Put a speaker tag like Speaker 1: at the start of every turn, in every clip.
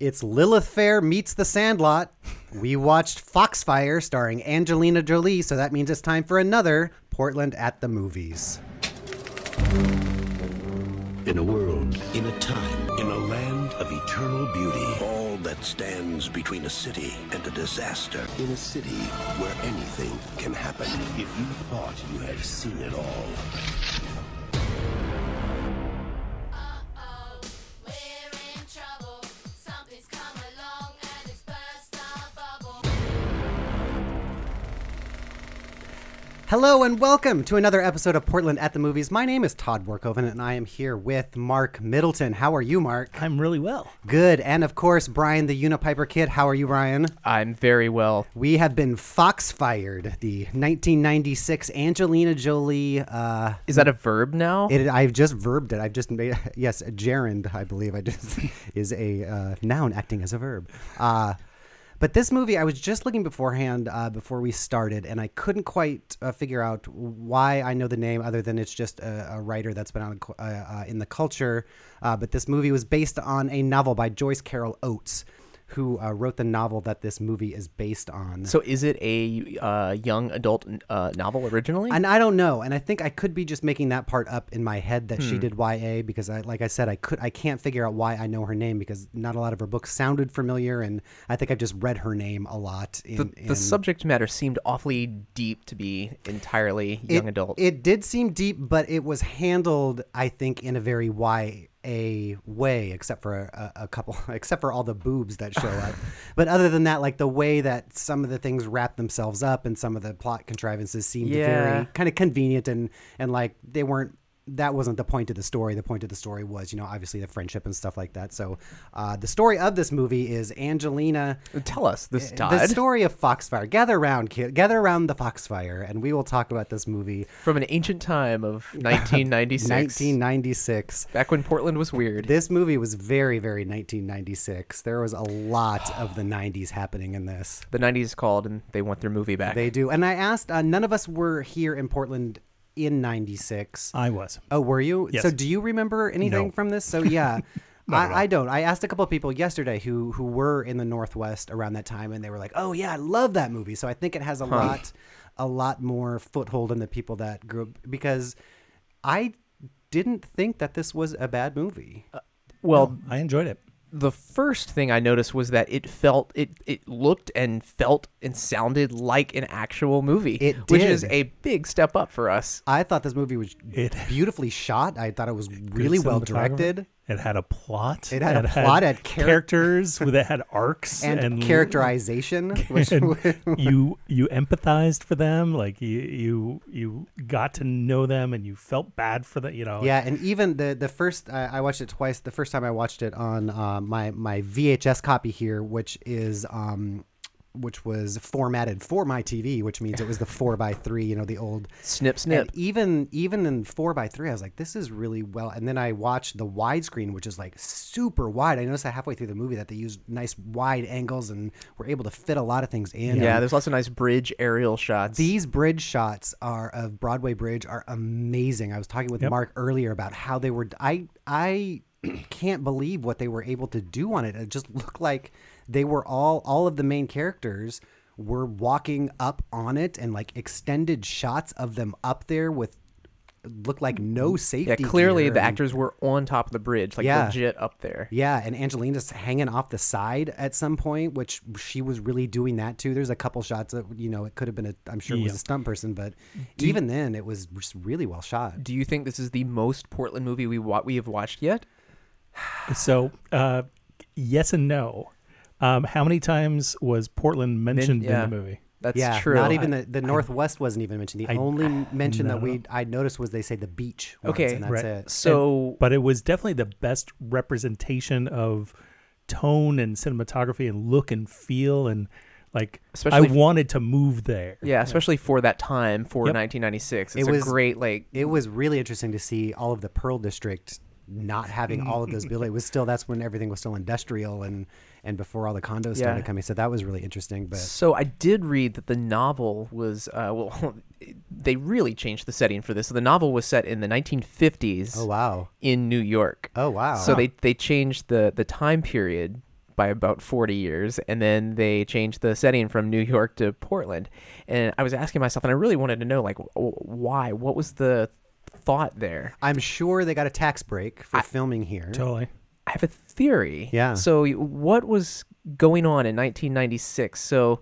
Speaker 1: It's Lilith Fair meets The Sandlot. We watched Foxfire starring Angelina Jolie, so that means it's time for another Portland at the Movies.
Speaker 2: In a world,
Speaker 3: In a time,
Speaker 2: in a land of eternal beauty, all that stands between a city and a disaster. In a city where anything can happen. If you thought you had seen it all,
Speaker 4: Uh-oh, Oh, we're in trouble. Something's come along and it's burst our bubble.
Speaker 1: Hello and welcome to another episode of Portland at the Movies. My name is Todd Workoven and I am here with Mark Middleton. How are you, Mark?
Speaker 5: I'm really well.
Speaker 1: Good. And of course, Brian the Unipiper Kid. How are you, Brian?
Speaker 6: I'm very well.
Speaker 1: We have been Foxfired, the 1996 Angelina Jolie. Uh,
Speaker 6: Is that a verb now?
Speaker 1: it, I've just verbed it. I've just made yes, a gerund. I believe I just is a uh, noun acting as a verb. Uh, but this movie, I was just looking beforehand uh, before we started, and I couldn't quite uh, figure out why I know the name, other than it's just a, a writer that's been on uh, uh, in the culture. Uh, but this movie was based on a novel by Joyce Carol Oates, who uh, wrote the novel that this movie is based on.
Speaker 6: so is it a uh, young adult uh, novel originally?
Speaker 1: And I don't know. And I think I could be just making that part up in my head that
Speaker 6: Hmm.
Speaker 1: she did YA because I like I said I could I can't figure out why I know her name because not a lot of her books sounded familiar and I think I've just read her name a lot in
Speaker 6: the,
Speaker 1: in
Speaker 6: the subject matter seemed awfully deep to be entirely young
Speaker 1: it,
Speaker 6: adult.
Speaker 1: It did seem deep, but it was handled, I think, in a very YA way, except for a, a couple, except for all the boobs that show up. but other than that, like the way that some of the things wrap themselves up and some of the plot contrivances seemed
Speaker 6: Yeah.
Speaker 1: very kind of convenient and and like they weren't. That wasn't the point of the story. The point of the story was, you know, obviously the friendship and stuff like that. So, uh, the story of this movie is Angelina
Speaker 6: Tell us this, Todd.
Speaker 1: the story of Foxfire. Gather around, kid. Gather around the Foxfire, and we will talk about this movie,
Speaker 6: From an ancient time of 1996.
Speaker 1: 1996.
Speaker 6: Back when Portland was weird.
Speaker 1: This movie was very, very 1996. There was a lot of the 90s happening in this.
Speaker 6: the 90s called and they want their movie back.
Speaker 1: They do, and I asked. Uh, none of us were here in Portland in '96.
Speaker 5: I was.
Speaker 1: Oh, were you?
Speaker 5: Yes.
Speaker 1: So do you remember anything
Speaker 5: No.
Speaker 1: from this? So yeah. I, I don't. I asked a couple of people yesterday who who were in the Northwest around that time, and they were like, "Oh yeah, I love that movie." So I think it has a lot, a lot more foothold in the people that grew up because I didn't think that this was a bad movie.
Speaker 6: well,
Speaker 5: I enjoyed it.
Speaker 6: the first thing I noticed was that it felt it it looked and felt and sounded like an actual movie,
Speaker 1: It
Speaker 6: which is
Speaker 1: did.
Speaker 6: a big step up for us.
Speaker 1: I thought this movie was
Speaker 5: It-
Speaker 1: beautifully shot. I thought it was
Speaker 5: Good
Speaker 1: really well
Speaker 5: cinematographer.
Speaker 1: directed.
Speaker 5: It had a plot.
Speaker 1: It had a plot, it had charac-
Speaker 5: characters. with it had arcs
Speaker 1: And,
Speaker 5: and,
Speaker 1: characterization, which
Speaker 5: and you you empathized for them, like you you you got to know them, and you felt bad for them. You know,
Speaker 1: Yeah, and even the the first I, I watched it twice. The first time I watched it on uh, my my VHS copy here, which is um, which was formatted for my TV, which means it was the four by three. You know, the old.
Speaker 6: Snip snip.
Speaker 1: And even even in four by three, I was like, this is really well. And then I watched the widescreen, which is like super wide. I noticed that halfway through the movie that they used nice wide angles and were able to fit a lot of things in.
Speaker 6: Yeah, there's lots of nice bridge aerial shots.
Speaker 1: These bridge shots are of Broadway Bridge are amazing. I was talking with Mark earlier about how they were. I I can't believe what they were able to do on it. It just looked like they were all all of the main characters were walking up on it and like extended shots of them up there with looked like no safety.
Speaker 6: yeah, clearly
Speaker 1: gear
Speaker 6: the
Speaker 1: and-
Speaker 6: actors were on top of the bridge, like
Speaker 1: Yeah.
Speaker 6: legit up there.
Speaker 1: yeah, and Angelina's hanging off the side at some point, which she was really doing that too. There's a couple shots that you know it could have been a, I'm sure it was
Speaker 5: Yeah.
Speaker 1: a stunt person, but even then it was just really well shot.
Speaker 6: Do you think this is the most Portland movie we wa- we have watched yet?
Speaker 5: So, uh, yes and no. Um, how many times was Portland mentioned
Speaker 6: yeah.
Speaker 5: in the movie?
Speaker 6: That's
Speaker 1: yeah,
Speaker 6: true.
Speaker 1: not even the, the Northwest wasn't even mentioned. The only mention that we I noticed was they say the beach. Once,
Speaker 6: Okay,
Speaker 1: and that's
Speaker 5: right.
Speaker 1: it.
Speaker 6: so
Speaker 5: but it was definitely the best representation of tone and cinematography and look and feel and like
Speaker 6: Especially-
Speaker 5: I wanted to move there.
Speaker 6: yeah, especially for that time for
Speaker 5: Yep.
Speaker 6: 1996, it's
Speaker 1: It was-
Speaker 6: a great like
Speaker 1: It was really interesting to see all of the Pearl District not having all of those buildings. It was still that's when everything was still industrial and and before all the condos
Speaker 6: Yeah.
Speaker 1: started coming. So that was really interesting. But
Speaker 6: So I did read that the novel was uh, well, they really changed the setting for this. So the novel was set in the 1950s
Speaker 1: oh wow,
Speaker 6: in New York.
Speaker 1: oh wow.
Speaker 6: So they they changed the the time period by about 40 years and then they changed the setting from New York to Portland. And I was asking myself and I really wanted to know like w- w- why what was the thought there?
Speaker 1: I'm sure they got a tax break for filming here.
Speaker 5: Totally.
Speaker 6: I have a theory.
Speaker 1: Yeah.
Speaker 6: So y- what was going on in 1996? So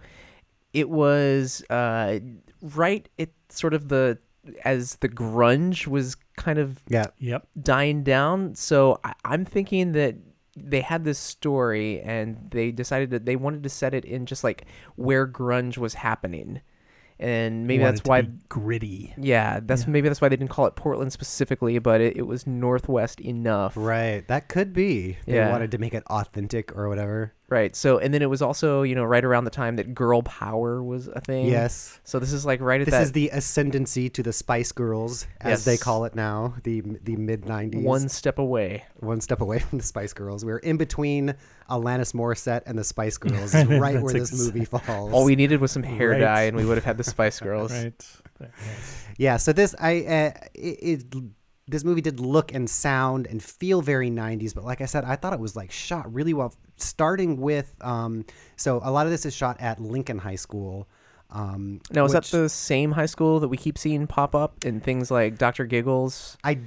Speaker 6: it was uh, right at sort of the as the grunge was kind of
Speaker 1: Yeah.
Speaker 5: Yep.
Speaker 6: dying down. So I, I'm thinking that they had this story and they decided that they wanted to set it in just like where grunge was happening, and maybe
Speaker 5: Wanted
Speaker 6: that's
Speaker 5: to
Speaker 6: why.
Speaker 5: be gritty.
Speaker 6: yeah, that's maybe that's why they didn't call it Portland specifically, but it, it was Northwest enough.
Speaker 1: Right. That could be. They
Speaker 6: Yeah.
Speaker 1: wanted to make it authentic or whatever.
Speaker 6: Right. So, and then it was also, you know, right around the time that girl power was a thing.
Speaker 1: Yes.
Speaker 6: So this is like right at
Speaker 1: This
Speaker 6: that
Speaker 1: is the ascendancy to the Spice Girls, as they
Speaker 6: Yes.
Speaker 1: call it now, the the mid '90s.
Speaker 6: one step away.
Speaker 1: one step away from the Spice Girls. We're in between Alanis Morissette and the Spice Girls, is right where
Speaker 5: That's
Speaker 1: this movie falls.
Speaker 6: All we needed was some hair
Speaker 5: Right.
Speaker 6: dye, and we would have had the Spice Girls.
Speaker 5: Right. There, yes.
Speaker 1: yeah. So this, I, uh, it, it, this movie did look and sound and feel very '90s, but like I said, I thought it was like shot really well. Starting with, um, so a lot of this is shot at Lincoln High School. Um,
Speaker 6: Now, is
Speaker 1: which
Speaker 6: that the same high school that we keep seeing pop up in things like Doctor Giggles?
Speaker 1: I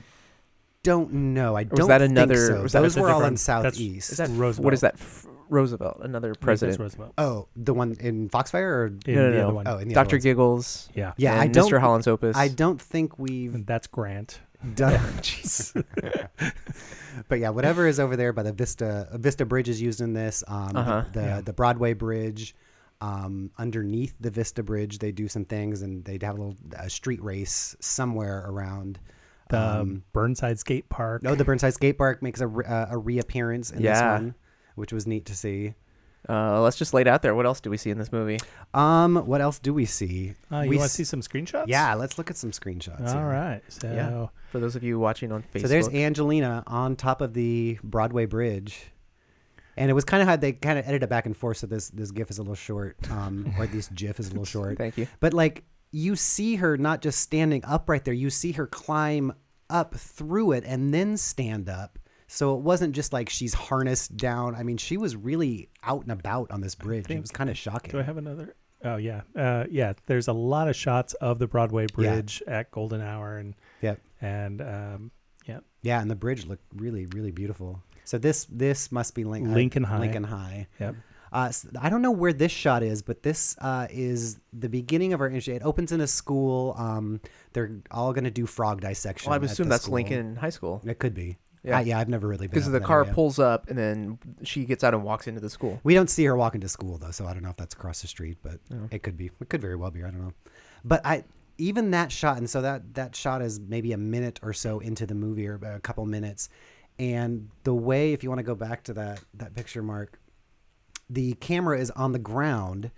Speaker 1: don't know. I
Speaker 6: was
Speaker 1: don't.
Speaker 6: that
Speaker 1: think
Speaker 6: another-
Speaker 1: so.
Speaker 6: was that
Speaker 1: Those
Speaker 6: a
Speaker 1: were all in
Speaker 5: different- that's-
Speaker 1: Southeast.
Speaker 6: Is that
Speaker 5: Roosevelt.
Speaker 6: what is that? F- Roosevelt, another president.
Speaker 5: Yes, Roosevelt.
Speaker 1: oh, the one in Foxfire or
Speaker 5: In
Speaker 6: no,
Speaker 5: the
Speaker 6: no.
Speaker 5: other one.
Speaker 1: oh, in the other
Speaker 6: Doctor
Speaker 1: ones.
Speaker 6: Giggles.
Speaker 5: Yeah.
Speaker 1: Yeah, I
Speaker 6: and
Speaker 1: don't.
Speaker 6: Mr. Holland's Opus.
Speaker 1: I don't think we've
Speaker 5: And that's Grant.
Speaker 1: done. Jeez. but yeah, whatever is over there by the Vista uh, Vista Bridge is used in this. Um,
Speaker 6: Uh-huh.
Speaker 1: The the Broadway Bridge. Um, underneath the Vista Bridge, they do some things, and they have a little uh, street race somewhere around.
Speaker 5: The Um, Burnside Skate Park.
Speaker 1: Um, No, the Burnside Skate Park makes a re- uh, a reappearance in this
Speaker 6: Yeah.
Speaker 1: one, which was neat to see.
Speaker 6: Uh, let's just lay it out there. What else do we see in this movie?
Speaker 1: Um, what else do we see?
Speaker 5: Uh, you
Speaker 1: we
Speaker 5: want
Speaker 1: s-
Speaker 5: to see some screenshots?
Speaker 1: Yeah, let's look at some screenshots.
Speaker 5: All
Speaker 1: here.
Speaker 5: right. So
Speaker 1: Yeah.
Speaker 6: For those of you watching on Facebook.
Speaker 1: Oh. So there's Angelina on top of the Broadway bridge. And it was kind of how they kind of edited it back and forth. So this this gif is a little short, um, or this gif is a little short.
Speaker 6: Thank you.
Speaker 1: But like you see her not just standing up right there, you see her climb up through it and then stand up. So it wasn't just like she's harnessed down. I mean, she was really out and about on this bridge. it was kind of
Speaker 5: Do I
Speaker 1: shocking.
Speaker 5: have another? Oh yeah, uh, yeah. There's a lot of shots of the Broadway Bridge at golden hour, and
Speaker 1: Yep.
Speaker 5: and um, yeah,
Speaker 1: Yeah, and the bridge looked really, really beautiful. So this this must be Link- uh,
Speaker 5: Lincoln High.
Speaker 1: Lincoln High.
Speaker 5: yep.
Speaker 1: Uh, s- I don't know where this shot is, but this uh, is the beginning of our intro. It opens in a school. Um, they're all going to do frog dissection.
Speaker 6: Well, I
Speaker 1: at
Speaker 6: would assume
Speaker 1: the
Speaker 6: that's
Speaker 1: school.
Speaker 6: Lincoln High School.
Speaker 1: It could be. Yeah,
Speaker 6: Yeah.
Speaker 1: yeah I've never really been
Speaker 6: Because
Speaker 1: out
Speaker 6: the
Speaker 1: in that
Speaker 6: car
Speaker 1: area.
Speaker 6: pulls up and then she gets out and walks into the school.
Speaker 1: We don't see her walking to school though, so I don't know if that's across the street, but
Speaker 6: Oh.
Speaker 1: it could be. It could very well be. I don't know. But I even that shot, and so that that shot is maybe a minute or so into the movie, or a couple minutes, and the way, if you want to go back to that that picture, Mark, the camera is on the ground.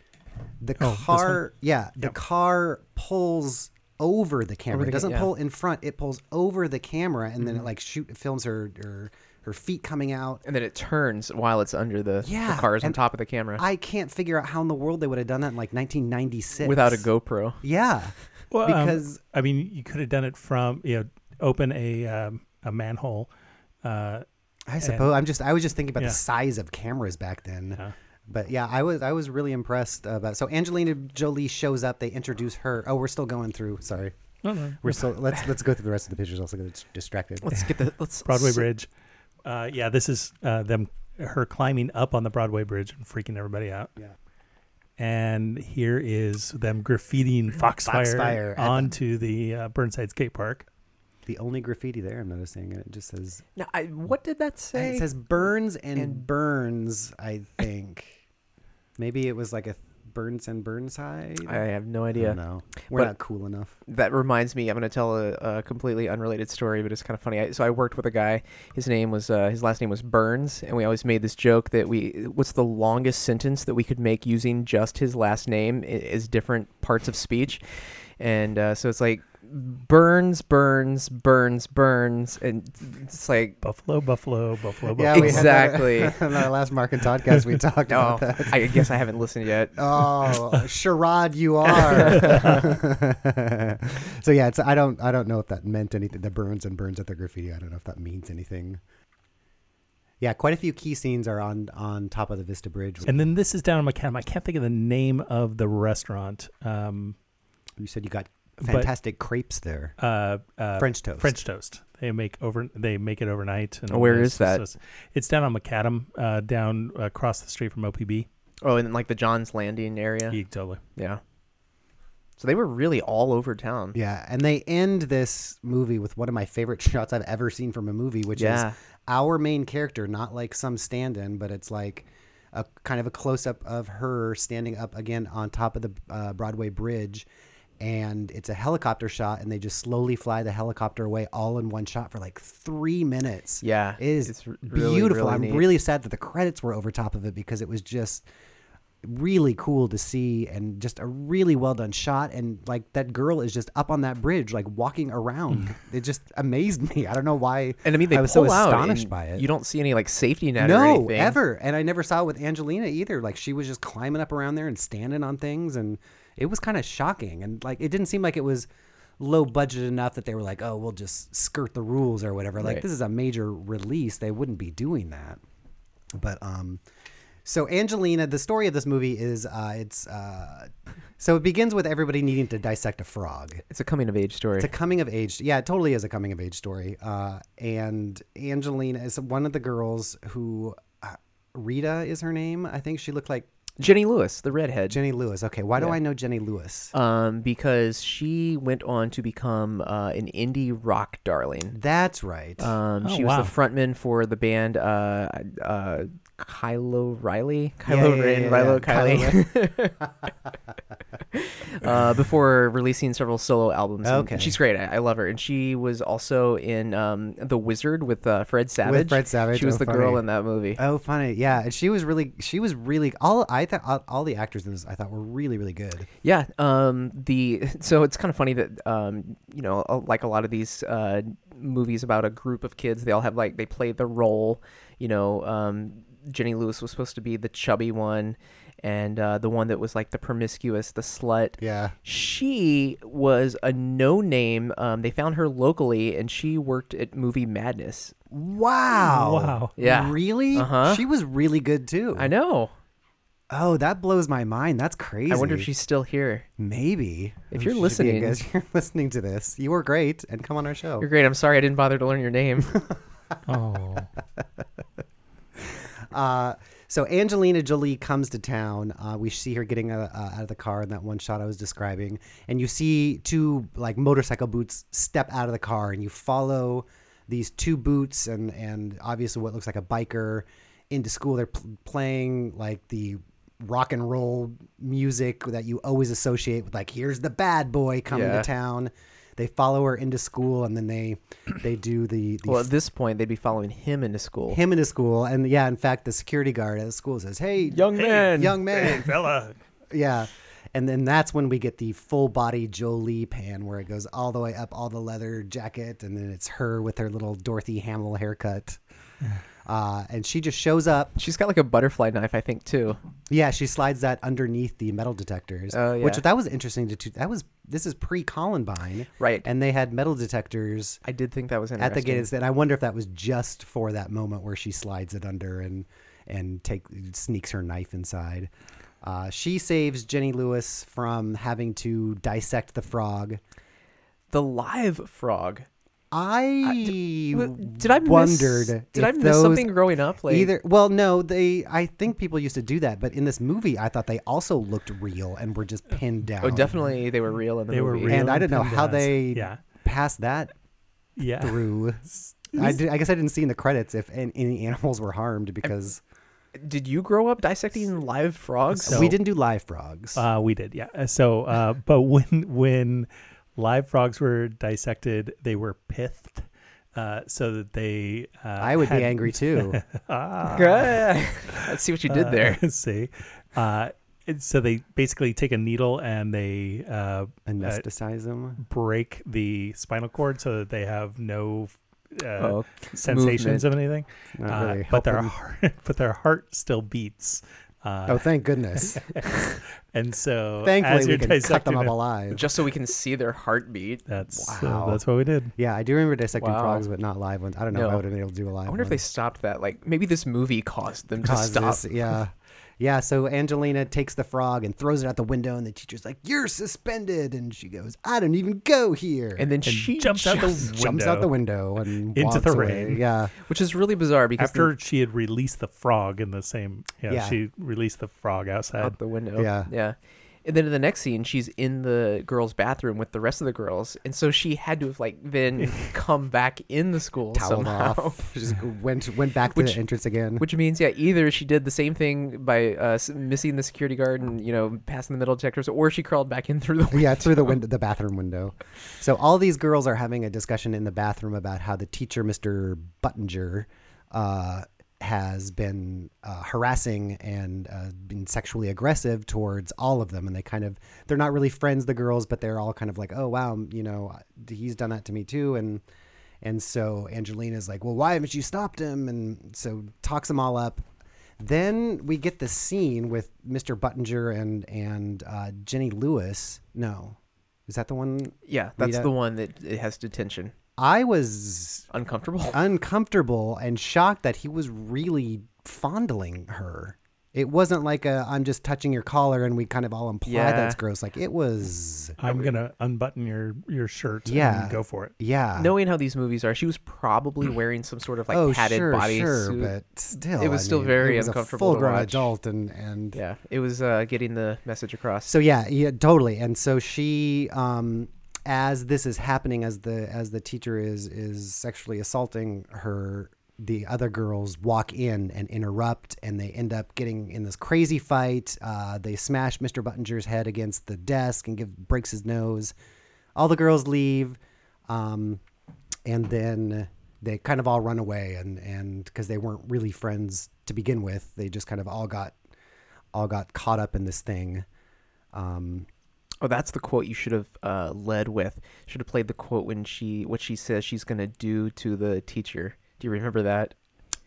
Speaker 1: The
Speaker 6: Oh,
Speaker 1: car, yeah, the car pulls over the camera.
Speaker 6: the
Speaker 1: it
Speaker 6: ca-
Speaker 1: doesn't
Speaker 6: yeah. Mm-hmm.
Speaker 1: pull in front. It pulls over the camera, and then it like shoot it films her her her feet coming out.
Speaker 6: And then it turns while it's under the,
Speaker 1: Yeah,
Speaker 6: the cars on
Speaker 1: and
Speaker 6: top of the camera
Speaker 1: I can't figure out how in the world they would have done that in like 1996
Speaker 6: without a GoPro.
Speaker 1: Yeah,
Speaker 5: Well, um,
Speaker 1: because
Speaker 5: I mean, you could have done it from you know, open a um, a manhole. Uh,
Speaker 1: I suppose I'm just I was just thinking about
Speaker 5: Yeah.
Speaker 1: the size of cameras back then.
Speaker 5: Yeah.
Speaker 1: But yeah, I was I was really impressed about. So Angelina Jolie shows up. They introduce her. Oh, we're still going through. Sorry,
Speaker 5: no, no,
Speaker 1: we're still let's let's go through the rest of the pictures. Also, get distracted.
Speaker 6: Let's get the let's
Speaker 5: Broadway
Speaker 6: s-
Speaker 5: Bridge. Uh, yeah, this is uh, them her climbing up on the Broadway Bridge and freaking everybody out.
Speaker 1: Yeah.
Speaker 5: And here is them graffitiing Foxfire,
Speaker 1: Foxfire at the-
Speaker 5: onto the uh, Burnside Skate Park.
Speaker 1: The only graffiti there I'm noticing, and it just says
Speaker 6: Now, I, what did that say?
Speaker 1: it says Burns and,
Speaker 6: and-
Speaker 1: Burns. I think maybe it was like a Burns and Burnside.
Speaker 6: I have no
Speaker 1: I
Speaker 6: idea.
Speaker 1: don't know. We're
Speaker 6: But-
Speaker 1: not cool enough.
Speaker 6: That reminds me, I'm going to tell a, a completely unrelated story, but it's kind of funny. I, so I worked with a guy. His name was uh, his last name was Burns, and we always made this joke that we what's the longest sentence that we could make using just his last name i- is different parts of speech, and uh, so it's like Burns, Burns, Burns, Burns, and it's like
Speaker 5: Buffalo, Buffalo, Buffalo, Buffalo.
Speaker 1: Yeah, we had that-
Speaker 6: Exactly.
Speaker 1: in our last Mark and Todd cast, we talked
Speaker 6: no,
Speaker 1: about that.
Speaker 6: I guess I haven't listened yet.
Speaker 1: Oh, charade, you are. so yeah, it's I don't I don't know if that meant anything. The burns and burns at the graffiti. I don't know if that means anything. Yeah, quite a few key scenes are on on top of the Vista Bridge.
Speaker 5: And then this is down in Macadam. I can't think of the name of the restaurant. Um,
Speaker 1: you said you got fantastic crepes there.
Speaker 5: uh, uh,
Speaker 1: French toast.
Speaker 5: French toast. They make over. They make it overnight. And
Speaker 6: Oh, where
Speaker 5: all
Speaker 6: is that?
Speaker 5: So it's, it's down on Macadam, uh, down across the street from OPB.
Speaker 6: Oh, and like the John's Landing area.
Speaker 5: Yeah, totally.
Speaker 6: Yeah. So they were really all over town.
Speaker 1: Yeah, and they end this movie with one of my favorite shots I've ever seen from a movie, which
Speaker 6: Yeah.
Speaker 1: is our main character, not like some stand-in, but it's like a kind of a close-up of her standing up again on top of the uh, Broadway bridge, and it's a helicopter shot, and they just slowly fly the helicopter away all in one shot for like three minutes.
Speaker 6: Yeah,
Speaker 1: it is
Speaker 6: it's r- really,
Speaker 1: beautiful.
Speaker 6: really
Speaker 1: I'm
Speaker 6: neat.
Speaker 1: really sad that the credits were over top of it because it was just really cool to see and just a really well done shot and like that girl is just up on that bridge like walking around it just amazed me i don't know why
Speaker 6: Mm. And I mean, they
Speaker 1: was so
Speaker 6: pull out
Speaker 1: astonished
Speaker 6: and
Speaker 1: by it
Speaker 6: You don't see any like safety net or
Speaker 1: no
Speaker 6: anything.
Speaker 1: ever and i never saw it with angelina either like she was just climbing up around there and standing on things and it was kind of shocking and like it didn't seem like it was low budget enough that they were like oh we'll just skirt the rules or whatever like
Speaker 6: Right.
Speaker 1: this is a major release they wouldn't be doing that but um so angelina the story of this movie is uh it's uh so it begins with everybody needing to dissect a frog
Speaker 6: It's a coming of age story.
Speaker 1: it's a coming of age. Yeah, it totally is a coming of age story. Uh, and Angelina is one of the girls who uh, Rita is her name. I think she looked like
Speaker 6: Jenny Lewis, the redhead.
Speaker 1: Jenny Lewis. Okay, why do I know Jenny Lewis?
Speaker 6: um, because she went on to become uh, an indie rock darling.
Speaker 1: That's right.
Speaker 6: Um,
Speaker 5: Oh,
Speaker 6: she was
Speaker 5: wow.
Speaker 6: the frontman for the band uh, uh, Kylo Riley.
Speaker 1: Yeah,
Speaker 6: Kylo
Speaker 1: yeah,
Speaker 6: Ren,
Speaker 1: yeah,
Speaker 6: Rilo
Speaker 1: yeah.
Speaker 6: Kylie. uh, before releasing several solo albums. And
Speaker 1: Okay.
Speaker 6: She's great. I, I love her. And she was also in um, The Wizard with uh, Fred Savage.
Speaker 1: Fred Savage,
Speaker 6: She was
Speaker 1: oh,
Speaker 6: the
Speaker 1: funny.
Speaker 6: girl in that movie.
Speaker 1: oh, funny. Yeah, and she was really. She was really. All I thought. All, all the actors in this, I thought, were really, really good.
Speaker 6: Yeah. Um, the so it's kind of funny that um, you know, a- like a lot of these uh, movies about a group of kids, they all have like they play the role. You know, um, Jenny Lewis was supposed to be the chubby one, and uh, the one that was like the promiscuous, the slut.
Speaker 1: Yeah.
Speaker 6: She was a no name. Um, they found her locally, and she worked at Movie Madness.
Speaker 1: Wow.
Speaker 5: Wow.
Speaker 6: Yeah.
Speaker 1: Really?
Speaker 6: Uh-huh.
Speaker 1: She was really good too.
Speaker 6: I know.
Speaker 1: Oh, that blows my mind. That's crazy.
Speaker 6: I wonder if she's still here.
Speaker 1: Oh. Maybe.
Speaker 6: If
Speaker 1: She should
Speaker 6: you're
Speaker 1: be a
Speaker 6: listening-
Speaker 1: guest. if you're listening to this, you were great and come on our show.
Speaker 6: You're great. I'm sorry I didn't bother to learn your name.
Speaker 5: Oh,
Speaker 1: Uh, so Angelina Jolie comes to town. Uh, we see her getting uh, uh, out of the car in that one shot I was describing, and you see two like motorcycle boots step out of the car, and you follow these two boots and and obviously what looks like a biker into school. They're pl- playing like the rock and roll music that you always associate with like here's the bad boy coming
Speaker 6: Yeah.
Speaker 1: to town. They follow her into school, and then they they do the, the
Speaker 6: well, at this point, they'd be following him into school.
Speaker 1: him into school, and yeah, in fact, the security guard at the school says, "Hey,
Speaker 6: Young man.
Speaker 1: young man,"
Speaker 5: fella.
Speaker 1: yeah, and then that's when we get the full body Jolie pan, where it goes all the way up, all the leather jacket, and then it's her with her little Dorothy Hamill haircut, uh, and she just shows up.
Speaker 6: She's got like a butterfly knife, I think, too.
Speaker 1: Yeah, she slides that underneath the metal detectors,
Speaker 6: Oh,
Speaker 1: which
Speaker 6: yeah.
Speaker 1: that was interesting to. That was this is pre Columbine,
Speaker 6: Right.
Speaker 1: And they had metal detectors.
Speaker 6: I did think that was interesting.
Speaker 1: at the gate is that I wonder if that was just for that moment where she slides it under and and take sneaks her knife inside. Uh, she saves Jenny Lewis from having to dissect the frog.
Speaker 6: the live frog.
Speaker 1: I
Speaker 6: Uh, Did I miss,
Speaker 1: wondered
Speaker 6: Did I
Speaker 1: if
Speaker 6: miss
Speaker 1: those
Speaker 6: something growing up? Like
Speaker 1: either well no they I think people used to do that but in this movie I thought they also looked real and were just pinned down.
Speaker 6: Oh, definitely they were real in the
Speaker 5: They were
Speaker 6: movie.
Speaker 5: real.
Speaker 1: And I don't know
Speaker 5: Pinned
Speaker 1: how
Speaker 5: down.
Speaker 1: they
Speaker 5: Yeah.
Speaker 1: passed that
Speaker 5: Yeah.
Speaker 1: through. I, did, I guess I didn't see in the credits if an- any animals were harmed because
Speaker 6: Did you grow up dissecting live frogs?
Speaker 5: So-
Speaker 1: we didn't do live frogs.
Speaker 5: Uh, we did, yeah. Uh, So, uh, but when when live frogs were dissected, they were pithed, uh, so that they. Uh,
Speaker 1: I would
Speaker 5: had-
Speaker 1: be angry too.
Speaker 6: Ah. Let's see what you did there.
Speaker 5: Uh, see, uh, and so they basically take a needle and they uh, uh,
Speaker 1: Anesthetize them.
Speaker 5: break the spinal cord so that they have no. Uh,
Speaker 6: Oh, movement.
Speaker 5: sensations of anything,
Speaker 1: Not
Speaker 5: uh,
Speaker 1: really
Speaker 5: but their
Speaker 1: helping.
Speaker 5: heart, but their heart still beats Uh,
Speaker 1: Oh, thank goodness.
Speaker 5: And so, as
Speaker 1: Thankfully,
Speaker 5: you're
Speaker 1: we can cut them
Speaker 5: dissecting
Speaker 1: up
Speaker 5: it-
Speaker 1: alive.
Speaker 6: just so we can see their heartbeat.
Speaker 5: That's uh,
Speaker 1: Wow.
Speaker 5: that's what we did.
Speaker 1: Yeah, I do remember dissecting
Speaker 6: Wow.
Speaker 1: frogs, but not live ones. I don't know if I
Speaker 6: No.
Speaker 1: would have been able to do a live.
Speaker 6: I wonder if
Speaker 1: one.
Speaker 6: they stopped that. Like maybe this movie caused them to
Speaker 1: Cause
Speaker 6: stop.
Speaker 1: this, yeah. Yeah, so Angelina takes the frog and throws it out the window, and the teacher's like, "You're suspended," and she goes, "I don't even go here,"
Speaker 6: And then she
Speaker 5: jumps out the window.
Speaker 1: jumps out the window and
Speaker 5: Into
Speaker 1: walks
Speaker 5: the
Speaker 1: away.
Speaker 5: rain.
Speaker 1: Yeah,
Speaker 6: which is really bizarre because the-
Speaker 5: After she had released the frog in the same, yeah,
Speaker 1: Yeah.
Speaker 5: she released the frog outside.
Speaker 6: out the window.
Speaker 1: Yeah.
Speaker 6: Yeah. And then in the next scene, she's in the girls' bathroom with the rest of the girls, and so she had to have like then come back in the school
Speaker 1: toweled
Speaker 6: somehow.
Speaker 1: off. She just went went back to
Speaker 6: Which-
Speaker 1: the entrance again.
Speaker 6: Which means, yeah, either she did the same thing by uh, s- missing the security guard and you know passing the metal detectors, or she crawled back in through the.
Speaker 1: yeah, through the window, the bathroom window. So all these girls are having a discussion in the bathroom about how the teacher, Mr. Buttinger, uh, has been uh, harassing and uh, been sexually aggressive towards all of them, and they kind of they're not really friends, the girls, but they're all kind of like, oh wow, you know, he's done that to me too, and and so Angelina's like, well, why haven't you stopped him? And so talks them all up. Then we get the scene with Mr. Buttinger and and uh, Jenny Lewis. No, is that the one?
Speaker 6: Yeah, that's
Speaker 1: Rita.
Speaker 6: the one that it has detention.
Speaker 1: I was
Speaker 6: Uncomfortable.
Speaker 1: Ah. uncomfortable and shocked that he was really fondling her. It wasn't like a I'm just touching your collar and we kind of all imply
Speaker 6: Yeah.
Speaker 1: that's gross. Like it was,
Speaker 5: I'm gonna unbutton your your shirt.
Speaker 1: Yeah.
Speaker 5: and go for it.
Speaker 1: yeah.
Speaker 6: Knowing how these movies are, she was probably wearing some sort of like
Speaker 1: oh
Speaker 6: padded
Speaker 1: sure,
Speaker 6: body
Speaker 1: sure,
Speaker 6: suit.
Speaker 1: but still,
Speaker 6: It was
Speaker 1: I
Speaker 6: still
Speaker 1: mean,
Speaker 6: very
Speaker 1: it was A
Speaker 6: uncomfortable to
Speaker 1: full grown
Speaker 6: watch.
Speaker 1: adult and and
Speaker 6: Yeah, it was uh, getting the message across.
Speaker 1: So yeah, yeah, totally. And so she, um, as this is happening, as the as the teacher is is sexually assaulting her, the other girls walk in and interrupt, and they end up getting in this crazy fight. Uh, they smash Mr. Buttinger's head against the desk and give breaks his nose. All the girls leave, um, and then they kind of all run away, and and because they weren't really friends to begin with, they just kind of all got all got caught up in this thing. Um,
Speaker 6: Oh, that's the quote you should have uh, led with. Should have played the quote when she what she says she's gonna do to the teacher. Do you remember that?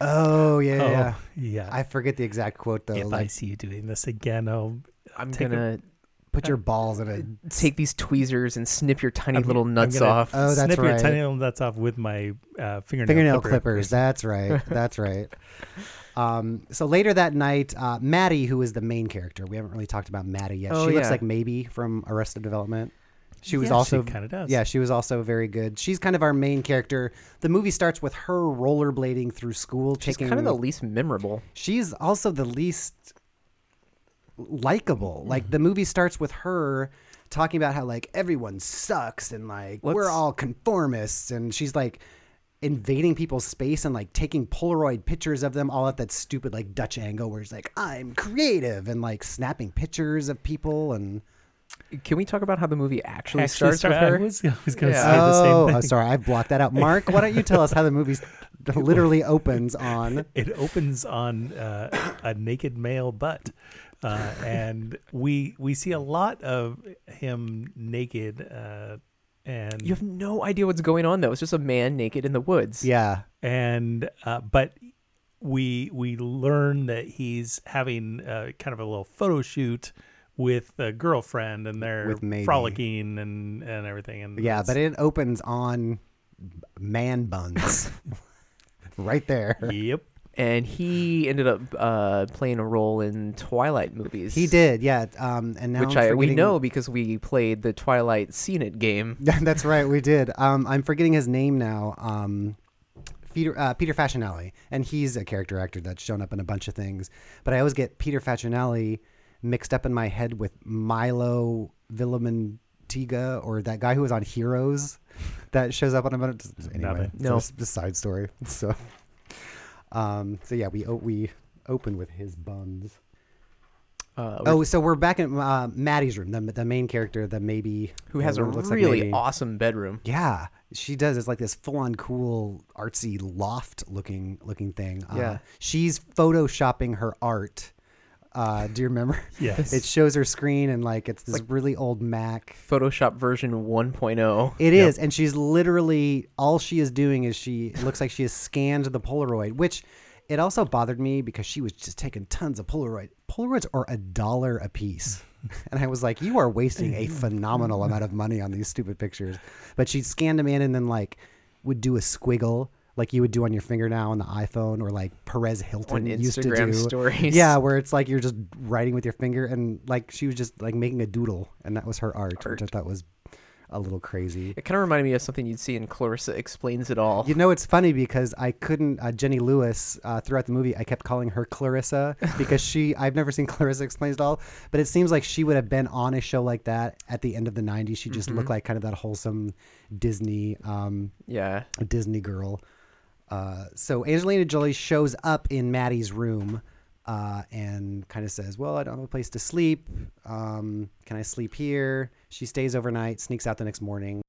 Speaker 1: oh yeah,
Speaker 5: Oh,
Speaker 1: yeah.
Speaker 5: yeah.
Speaker 1: I forget the exact quote though.
Speaker 5: if I
Speaker 1: like,
Speaker 5: see you doing this again, I'll
Speaker 6: I'm
Speaker 5: Take a-
Speaker 6: gonna
Speaker 1: put your balls in a.
Speaker 6: take these tweezers and snip your tiny
Speaker 5: I'm-
Speaker 6: little
Speaker 5: I'm
Speaker 6: nuts
Speaker 5: gonna-
Speaker 6: off.
Speaker 1: Oh, that's
Speaker 5: snip your
Speaker 1: right.
Speaker 5: tiny little nuts off with my uh, fingernail,
Speaker 1: Fingernail
Speaker 5: clipper.
Speaker 1: clippers. That's right. That's right. Um, so later that night, uh, Maddie, who is the main character, we haven't really talked about Maddie yet.
Speaker 6: Oh,
Speaker 1: she looks
Speaker 6: yeah.
Speaker 1: like maybe from Arrested Development. She was
Speaker 5: Yeah,
Speaker 1: also
Speaker 5: she kinda does.
Speaker 1: Yeah, she was also very good. She's kind of our main character. The movie starts with her rollerblading through school,
Speaker 6: She's
Speaker 1: taking
Speaker 6: kind of the least memorable.
Speaker 1: she's also the least likable.
Speaker 5: Mm-hmm.
Speaker 1: Like the movie starts with her talking about how like everyone sucks and like we're
Speaker 6: Let's-
Speaker 1: all conformists and she's like invading people's space and like taking polaroid pictures of them all at that stupid like dutch angle where it's like i'm creative and like snapping pictures of people and
Speaker 6: Can we talk about how the movie actually,
Speaker 5: Actually,
Speaker 6: starts with
Speaker 5: sorry,
Speaker 6: her?
Speaker 5: I was, I was going to
Speaker 6: Yeah.
Speaker 5: say the same
Speaker 1: oh,
Speaker 5: thing.
Speaker 1: oh sorry i've blocked that out mark why don't you tell us how the movie literally opens on
Speaker 5: it opens on uh, a naked male butt, uh, and we we see a lot of him naked, uh, and
Speaker 6: You have no idea what's going on though. It's just a man naked in the woods.
Speaker 1: yeah
Speaker 5: and uh, but we we learn that he's having uh, kind of a little photo shoot with a girlfriend, and they're
Speaker 1: With Maybe.
Speaker 5: frolicking and and everything. And
Speaker 1: Yeah, but
Speaker 5: it's-
Speaker 1: it opens on b- man buns. right there.
Speaker 5: yep,
Speaker 6: And he ended up uh, playing a role in Twilight movies.
Speaker 1: He did, yeah. Um, and now
Speaker 6: which
Speaker 1: I'm
Speaker 6: I we
Speaker 1: forgetting-
Speaker 6: know because we played the Twilight Scene It game.
Speaker 1: Yeah, That's right, we did. Um, I'm forgetting his name now. Um, Peter, uh, Peter Facinelli, and he's a character actor that's shown up in a bunch of things. But I always get Peter Facinelli mixed up in my head with Milo Villamantiga or that guy who was on Heroes that shows up on a bunch. Anyway,
Speaker 5: Nothing.
Speaker 1: so
Speaker 6: No.
Speaker 1: it's a side story. So, um, so yeah, we o- we open with his buns.
Speaker 6: Uh,
Speaker 1: Oh, so we're back in uh, Maddie's room, the, the main character, the maybe
Speaker 6: who has
Speaker 1: the
Speaker 6: a
Speaker 1: one that looks like
Speaker 6: really
Speaker 1: maybe.
Speaker 6: awesome bedroom.
Speaker 1: Yeah, she does. It's like this full-on cool, artsy loft looking looking thing. Uh,
Speaker 6: Yeah.
Speaker 1: she's photoshopping her art. Uh, do you remember?
Speaker 5: Yes.
Speaker 1: it shows her screen and like it's this really old Mac.
Speaker 6: Photoshop version oh. 1.0.
Speaker 1: It is, and she's literally all she is doing is she looks like she has scanned the Polaroid, which It also bothered me because she was just taking tons of Polaroid. Polaroids are a dollar a piece. And I was like, you are wasting a phenomenal amount of money on these stupid pictures. But she scanned them in and then, like, would do a squiggle like you would do on your finger now on the iPhone or like Perez Hilton used to do.
Speaker 6: Instagram stories.
Speaker 1: Yeah, where it's like you're just writing with your finger and like she was just like making a doodle and that was her art, which I thought was a little crazy.
Speaker 6: It kind of reminded me of something you'd see in Clarissa Explains It All.
Speaker 1: You know, it's funny because I couldn't uh, Jenny Lewis uh, throughout the movie. I kept calling her Clarissa because she. I've never seen Clarissa Explains It All, but it seems like she would have been on a show like that at the end of the '90s. She just looked like kind of that wholesome Disney um,
Speaker 6: Yeah.
Speaker 1: Disney girl. Uh, so Angelina Jolie shows up in Maddie's room uh, and kind of says, "Well, I don't have a place to sleep. Um, can I sleep here?" She stays overnight, sneaks out the next morning.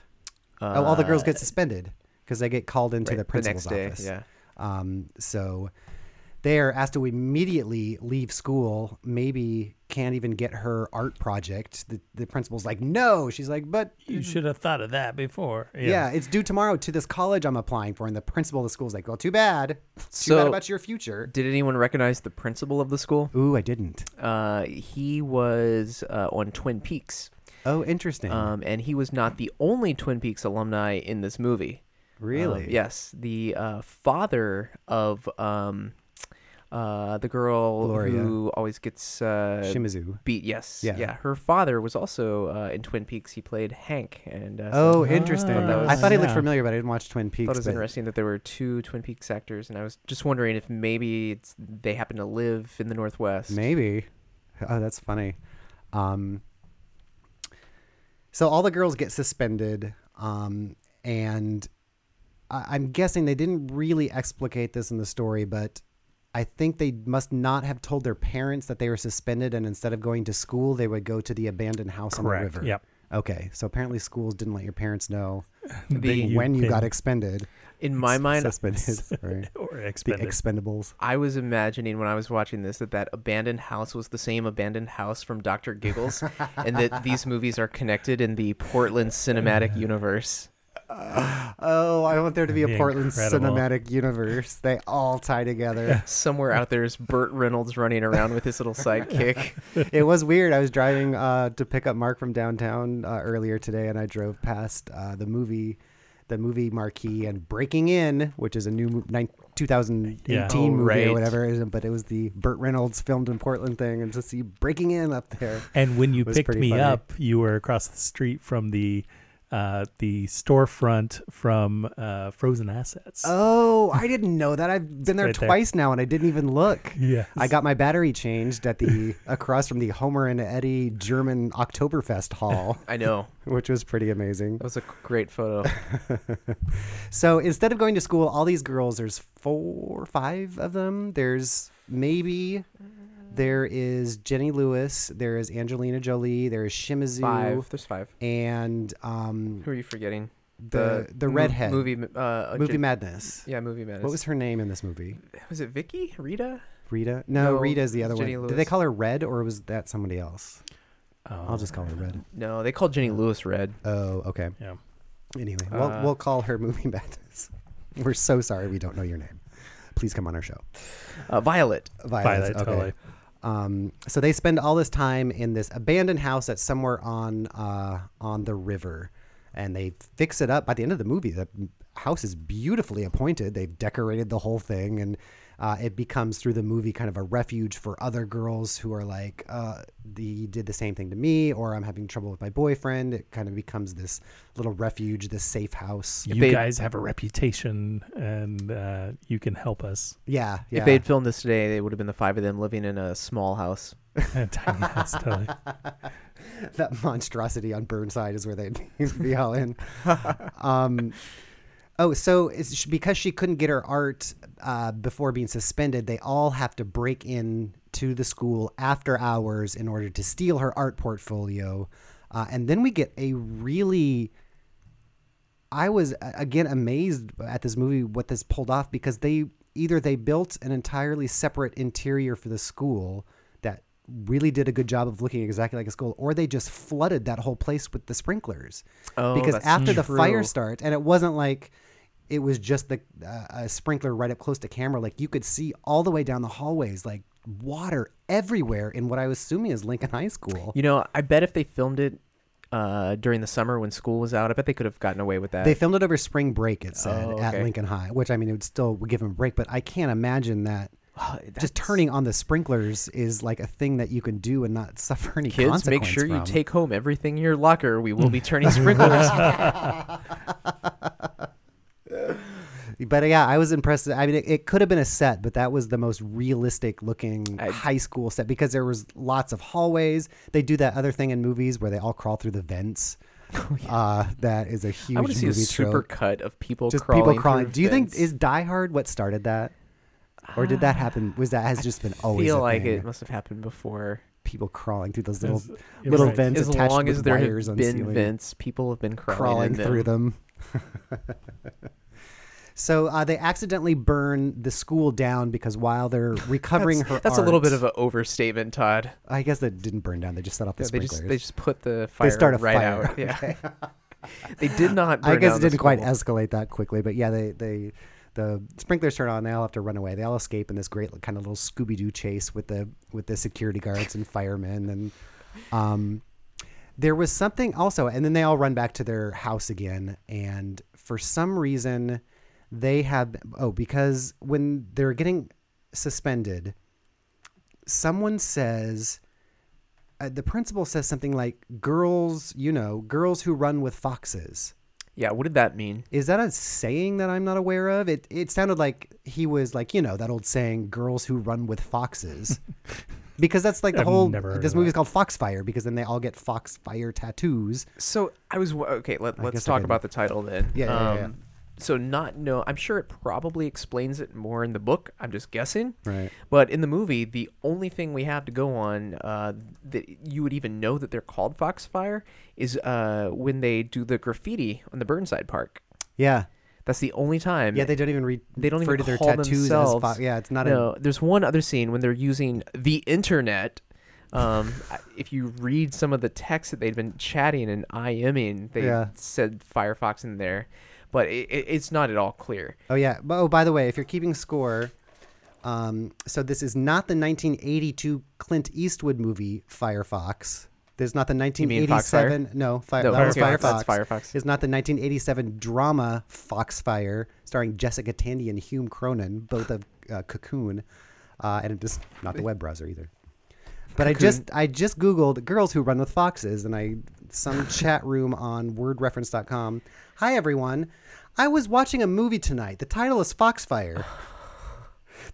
Speaker 1: Oh, all the girls get suspended because they get called into
Speaker 6: Uh, right,
Speaker 1: the
Speaker 6: the
Speaker 1: principal's
Speaker 6: next day,
Speaker 1: office.
Speaker 6: yeah.
Speaker 1: Um, so they are asked to immediately leave school. Maybe can't even get her art project. The, the principal's like, no. She's like, but
Speaker 5: You should have thought of that before.
Speaker 1: yeah. it's due tomorrow to this college I'm applying for. And the principal of the school's like, well, too bad. Too bad
Speaker 6: So-
Speaker 1: about your future.
Speaker 6: Did anyone recognize the principal of the school?
Speaker 1: Ooh, I didn't.
Speaker 6: Uh, he was uh, on Twin Peaks,
Speaker 1: Oh, interesting.
Speaker 6: um, and he was not the only Twin Peaks alumni in this movie.
Speaker 1: really?
Speaker 6: Um, yes, the uh, father of um, uh, the girl
Speaker 1: Gloria.
Speaker 6: who always gets uh,
Speaker 1: Shimizu.
Speaker 6: beat. Yes,
Speaker 1: Yeah.
Speaker 6: yeah. Her father was also uh, in Twin Peaks. He played Hank, and uh, so
Speaker 1: Oh,
Speaker 6: I
Speaker 1: interesting.
Speaker 6: that was-
Speaker 1: I thought he looked
Speaker 5: yeah.
Speaker 1: familiar, but I didn't watch Twin Peaks.
Speaker 6: thought it was
Speaker 1: but-
Speaker 6: interesting that there were two Twin Peaks actors, and I was just wondering if maybe it's, they happen to live in the Northwest.
Speaker 1: Maybe. Oh, that's funny. Um, so all the girls get suspended, um, and I- I'm guessing they didn't really explicate this in the story, but I think they must not have told their parents that they were suspended, and instead of going to school, they would go to the abandoned house on
Speaker 5: Correct.
Speaker 1: the river.
Speaker 5: Yep.
Speaker 1: Okay, so apparently schools didn't let your parents know
Speaker 6: The-
Speaker 5: You
Speaker 1: when you
Speaker 5: can-
Speaker 1: got expended.
Speaker 6: In my mind,
Speaker 1: suspended, right?
Speaker 5: or
Speaker 1: The
Speaker 5: expended.
Speaker 1: expendables.
Speaker 6: I was imagining when I was watching this that that abandoned house was the same abandoned house from Doctor Giggles, and that these movies are connected in the Portland cinematic universe.
Speaker 1: Oh, I want there to be a
Speaker 5: That'd be
Speaker 1: Portland
Speaker 5: incredible.
Speaker 1: cinematic universe. They all tie together.
Speaker 6: Somewhere out there is Burt Reynolds running around with his little sidekick.
Speaker 1: it was weird. I was driving uh, to pick up Mark from downtown uh, earlier today, and I drove past uh, the movie, the movie marquee, and Breaking In, which is a new mo- nine, 2018
Speaker 5: Yeah.
Speaker 6: Oh,
Speaker 1: movie or
Speaker 6: right.
Speaker 1: whatever. it is, But it was the Burt Reynolds filmed in Portland thing, and to see Breaking In up there.
Speaker 5: And when you
Speaker 1: was
Speaker 5: picked
Speaker 1: pretty
Speaker 5: me
Speaker 1: funny.
Speaker 5: up, you were across the street from the uh, the storefront from uh, Frozen Assets.
Speaker 1: Oh, I didn't know that. I've been there
Speaker 5: right there.
Speaker 1: twice now, and I didn't even look.
Speaker 5: Yes.
Speaker 1: I got my battery changed at the across from the Homer and Eddie German Oktoberfest Hall,
Speaker 6: I know
Speaker 1: which was pretty amazing.
Speaker 6: that was a great photo.
Speaker 1: So instead of going to school, all these girls, there's four, five of them. There's maybe there is Jenny Lewis, there is Angelina Jolie, there is Shimizu,
Speaker 6: Five. There's five.
Speaker 1: and um,
Speaker 6: Who are you forgetting?
Speaker 1: the the,
Speaker 6: mo-
Speaker 1: redhead
Speaker 6: movie uh, uh,
Speaker 1: movie
Speaker 6: J-
Speaker 1: madness.
Speaker 6: Yeah, movie madness.
Speaker 1: What was her name in this movie?
Speaker 6: was it? Vicky? Rita?
Speaker 1: Rita? No,
Speaker 6: No,
Speaker 1: Rita's the other
Speaker 6: Jenny
Speaker 1: one. Did they
Speaker 6: Lewis.
Speaker 1: call her Red or was that somebody else?
Speaker 5: Oh.
Speaker 1: I'll just call her Red.
Speaker 6: No, they called Jenny Lewis Red.
Speaker 1: Oh, okay.
Speaker 5: Yeah.
Speaker 1: Anyway, we'll,
Speaker 6: Uh,
Speaker 1: we'll call her Movie Madness. We're so sorry we don't know your name. Please come on our show.
Speaker 6: Uh, Violet.
Speaker 1: Violet.
Speaker 5: Violet,
Speaker 1: okay.
Speaker 5: totally.
Speaker 1: Um, so they spend all this time in this abandoned house that's somewhere on uh, on the river, and they fix it up. By the end of the movie, the house is beautifully appointed. They've decorated the whole thing, and uh, it becomes through the movie kind of a refuge for other girls who are like, uh, "He did the same thing to me," or "I'm having trouble with my boyfriend." It kind of becomes this little refuge, this safe house.
Speaker 5: You
Speaker 6: they-
Speaker 5: guys have a reputation, and uh, you can help us.
Speaker 1: Yeah, yeah.
Speaker 6: If they'd filmed this today, they would have been the five of them living in a small house.
Speaker 5: Tiny house, totally.
Speaker 1: that monstrosity on Burnside is where they'd be all in. um, oh, so it's, sh- because she couldn't get her art uh, before being suspended, they all have to break in to the school after hours in order to steal her art portfolio. Uh, and then we get a really I was uh, again amazed at this movie what this pulled off because they either they built an entirely separate interior for the school that really did a good job of looking exactly like a school or they just flooded that whole place with the sprinklers
Speaker 6: Oh,
Speaker 1: because
Speaker 6: that's
Speaker 1: after the fire
Speaker 6: true.
Speaker 1: starts and it wasn't like it was just the uh, a sprinkler right up close to camera. Like you could see all the way down the hallways, like water everywhere in what I was assuming is Lincoln High School.
Speaker 6: You know, I bet if they filmed it uh, during the summer when school was out, I bet they could have gotten away with that.
Speaker 1: They filmed it over spring break, it said,
Speaker 6: Oh,
Speaker 1: at
Speaker 6: okay.
Speaker 1: Lincoln High, which I mean, it would still give them a break, but I can't imagine that.
Speaker 6: That's-
Speaker 1: Just turning on the sprinklers is like a thing that you can do and not suffer any
Speaker 6: Kids, make
Speaker 1: consequence
Speaker 6: sure you
Speaker 1: from.
Speaker 6: take home everything in your locker. We will be turning sprinklers.
Speaker 1: But yeah, I was impressed. I mean, it, it could have been a set, but that was the most realistic looking high school set because there was lots of hallways. They do that other thing in movies where they all crawl through the vents. uh, that is a huge
Speaker 6: Oh, I want to see a
Speaker 1: movie
Speaker 6: super
Speaker 1: trope.
Speaker 6: cut of people
Speaker 1: Just
Speaker 6: crawling.
Speaker 1: people crawling.
Speaker 6: through
Speaker 1: Do you think
Speaker 6: vents.
Speaker 1: is Die Hard what started that, or did that happen? Was that has just been always
Speaker 6: Ah, feel
Speaker 1: a
Speaker 6: like
Speaker 1: thing?
Speaker 6: it must have happened before?
Speaker 1: people crawling through those little
Speaker 5: It's- it's
Speaker 1: little
Speaker 5: right.
Speaker 1: vents
Speaker 6: as
Speaker 1: attached
Speaker 6: long
Speaker 1: with
Speaker 6: as there
Speaker 1: wires
Speaker 6: have
Speaker 1: on
Speaker 6: been
Speaker 1: ceiling.
Speaker 6: vents, people have been crawling,
Speaker 1: crawling
Speaker 6: in them.
Speaker 1: through them. so uh, they accidentally burn the school down because while they're recovering
Speaker 6: That's,
Speaker 1: her,
Speaker 6: that's a little
Speaker 1: art-
Speaker 6: bit of an overstatement, Todd.
Speaker 1: I guess that didn't burn down. They just set off the
Speaker 6: they
Speaker 1: sprinklers.
Speaker 6: just they just put the fire
Speaker 1: start a
Speaker 6: right
Speaker 1: fire,
Speaker 6: out. Yeah, they did not.
Speaker 1: I
Speaker 6: burn
Speaker 1: guess
Speaker 6: down
Speaker 1: it
Speaker 6: the
Speaker 1: didn't quite
Speaker 6: school.
Speaker 1: escalate that quickly, but yeah, they they the sprinklers turn on. They all have to run away. They all escape in this great kind of little Scooby Doo chase with the with the security guards and firemen and um. There was something also, and then they all run back to their house again. And for some reason, they have oh because when they're getting suspended, someone says uh, the principal says something like girls you know girls who run with foxes
Speaker 6: Yeah, what did that mean?
Speaker 1: is that a saying that i'm not aware of it it sounded like he was like you know that old saying girls who run with foxes because that's like the
Speaker 5: I've
Speaker 1: whole
Speaker 5: never heard
Speaker 1: this
Speaker 5: of
Speaker 1: movie's called foxfire because then they all get foxfire tattoos
Speaker 6: So I was wo- okay. Let, let's
Speaker 1: guess I
Speaker 6: talk
Speaker 1: didn't-
Speaker 6: about the title then. Um,
Speaker 1: Yeah, yeah, yeah, yeah.
Speaker 6: So not no. I'm sure it probably explains it more in the book. I'm just guessing.
Speaker 1: Right.
Speaker 6: But in the movie, the only thing we have to go on uh, that you would even know that they're called Foxfire is uh, when they do the graffiti on the Burnside Park.
Speaker 1: yeah
Speaker 6: That's the only time.
Speaker 1: yeah they don't even read
Speaker 6: they don't
Speaker 1: refer
Speaker 6: even
Speaker 1: to their
Speaker 6: call
Speaker 1: tattoos
Speaker 6: themselves.
Speaker 1: as fo- yeah it's not
Speaker 6: no.
Speaker 1: a
Speaker 6: There's one other scene when they're using the internet. Um, I- if you read some of the text that they'd been chatting and IMing, they
Speaker 1: Yeah.
Speaker 6: said Firefox in there, but it, it, it's not at all clear.
Speaker 1: Oh yeah. But- Oh, by the way, if you're keeping score, um, so this is not the 1982 Clint Eastwood movie Firefox. There's not the
Speaker 6: mean Foxfire?
Speaker 1: 1987. No, fire,
Speaker 6: No,
Speaker 1: that was
Speaker 6: Firefox.
Speaker 1: Firefox.
Speaker 6: That's Firefox.
Speaker 1: It's not the 1987 drama Foxfire, starring Jessica Tandy and Hume Cronin, both of uh, Cocoon, uh, and just not the web browser either. But I just I just googled girls who run with foxes, and I some chat room on wordreference.com. Hi everyone, I was watching a movie tonight. The title is Foxfire.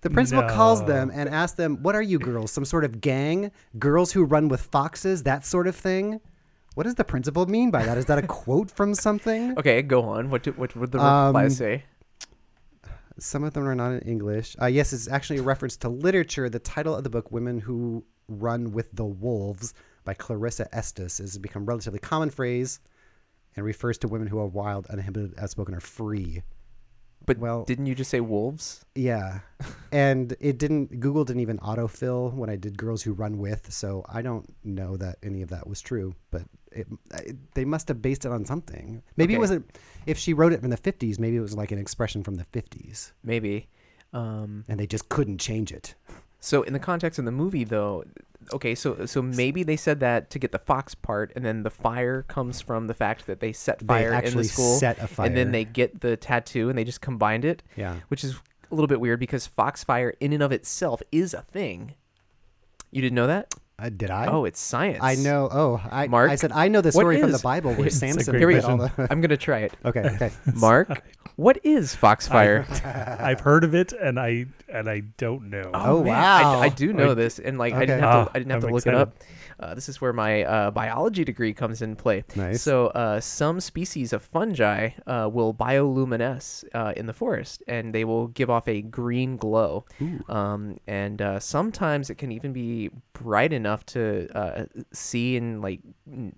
Speaker 1: The principal calls
Speaker 5: No.
Speaker 1: them and asks them, "What are you girls? Some sort of gang? Girls who run with foxes? That sort of thing?" What does the principal mean by that? Is that a quote from something?
Speaker 6: Okay, go on. What do, what would the
Speaker 1: Um,
Speaker 6: reply say?
Speaker 1: Some of them are not in English. Uh, yes, it's actually a reference to literature. The title of the book, Women Who Run with the Wolves by Clarissa Estes, has become a relatively common phrase and refers to women who are wild, uninhibited, outspoken, or free.
Speaker 6: But
Speaker 1: well-
Speaker 6: didn't you just say wolves?
Speaker 1: Yeah. and it didn't, Google didn't even autofill when I did Girls Who Run With, so I don't know that any of that was true, but it, it, they must have based it on something. Maybe
Speaker 6: Okay.
Speaker 1: it wasn't, if she wrote it from the 50s, maybe it was like an expression from the 50s,
Speaker 6: Maybe. Um,
Speaker 1: and they just couldn't change it.
Speaker 6: So in the context of the movie, though, okay, so so maybe they said that to get the fox part, and then the fire comes from the fact that they set fire in the
Speaker 1: actually
Speaker 6: school,
Speaker 1: set a
Speaker 6: and then
Speaker 1: fire.
Speaker 6: they get the tattoo and they just combined it.
Speaker 1: Yeah.
Speaker 6: which is a little bit weird because foxfire in and of itself is a thing. You didn't know that?
Speaker 1: Uh, did I?
Speaker 6: oh, it's science.
Speaker 1: I know. Oh, I,
Speaker 6: Mark,
Speaker 1: I said I know the
Speaker 6: what
Speaker 1: story from the
Speaker 6: is-
Speaker 1: Bible where
Speaker 5: It's a
Speaker 1: Samson
Speaker 5: great
Speaker 6: Here we
Speaker 1: did
Speaker 6: go.
Speaker 1: all the.
Speaker 6: I'm gonna try it.
Speaker 1: Okay. Okay.
Speaker 6: Mark, what is foxfire?
Speaker 5: I've heard of it, and I and I don't know.
Speaker 1: Oh,
Speaker 6: man,
Speaker 1: wow.
Speaker 6: I, I do know
Speaker 5: I-
Speaker 6: this, and like I didn't
Speaker 5: Okay.
Speaker 6: have to,
Speaker 5: Ah,
Speaker 6: I didn't have
Speaker 5: I'm
Speaker 6: to look
Speaker 5: excited.
Speaker 6: it up. Uh, this is where my uh, biology degree comes in play.
Speaker 1: Nice.
Speaker 6: So uh, some species of fungi uh, will bioluminesce uh, in the forest, and they will give off a green glow. Um, and uh, sometimes it can even be bright enough to uh, see and like. n-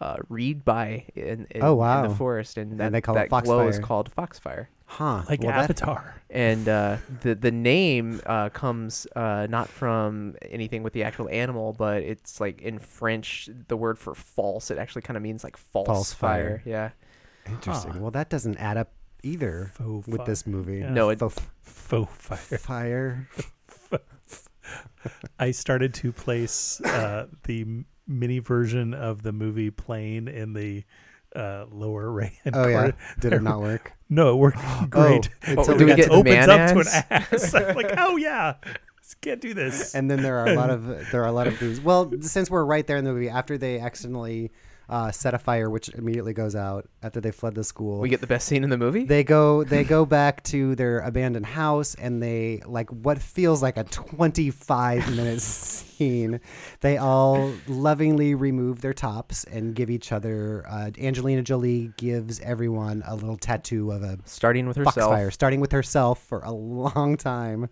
Speaker 6: Uh, read by in, in,
Speaker 1: Oh, wow.
Speaker 6: in the forest, and that,
Speaker 1: they call
Speaker 6: that
Speaker 1: it
Speaker 6: glow is
Speaker 1: foxfire.
Speaker 6: called foxfire
Speaker 1: Huh.
Speaker 5: like
Speaker 1: well, that-
Speaker 5: Avatar.
Speaker 6: and uh, the the name uh, comes uh, not from anything with the actual animal, but it's like in French, the word for false. It actually kind of means like false,
Speaker 1: False fire.
Speaker 6: Yeah,
Speaker 1: interesting. Well, that doesn't add up either
Speaker 5: Faux
Speaker 1: with this movie.
Speaker 5: Yeah.
Speaker 6: No, it-
Speaker 1: Faux
Speaker 5: Faux
Speaker 1: fire.
Speaker 5: fire. I started to place uh, the m- mini version of the movie playing in the uh, lower right hand
Speaker 1: Oh yeah,
Speaker 5: corner.
Speaker 1: did it not work?
Speaker 5: No, it worked great.
Speaker 1: Oh,
Speaker 6: Oh,
Speaker 1: until we
Speaker 6: do we
Speaker 1: got
Speaker 6: get
Speaker 1: to-
Speaker 5: it opens
Speaker 6: man
Speaker 5: up to an
Speaker 6: ass?
Speaker 5: ass. I'm like, oh yeah, can't do this.
Speaker 1: and then there are a lot of there are a lot of booze. Well, since we're right there in the movie, after they accidentally uh, set a fire, which immediately goes out after they fled the school,
Speaker 6: We get the best scene in the movie.
Speaker 1: they go they go back to their abandoned house and they like what feels like a 25 minute scene they all lovingly remove their tops and give each other uh, angelina jolie gives everyone a little tattoo of a
Speaker 6: starting with herself.
Speaker 1: foxfire starting with herself for a long time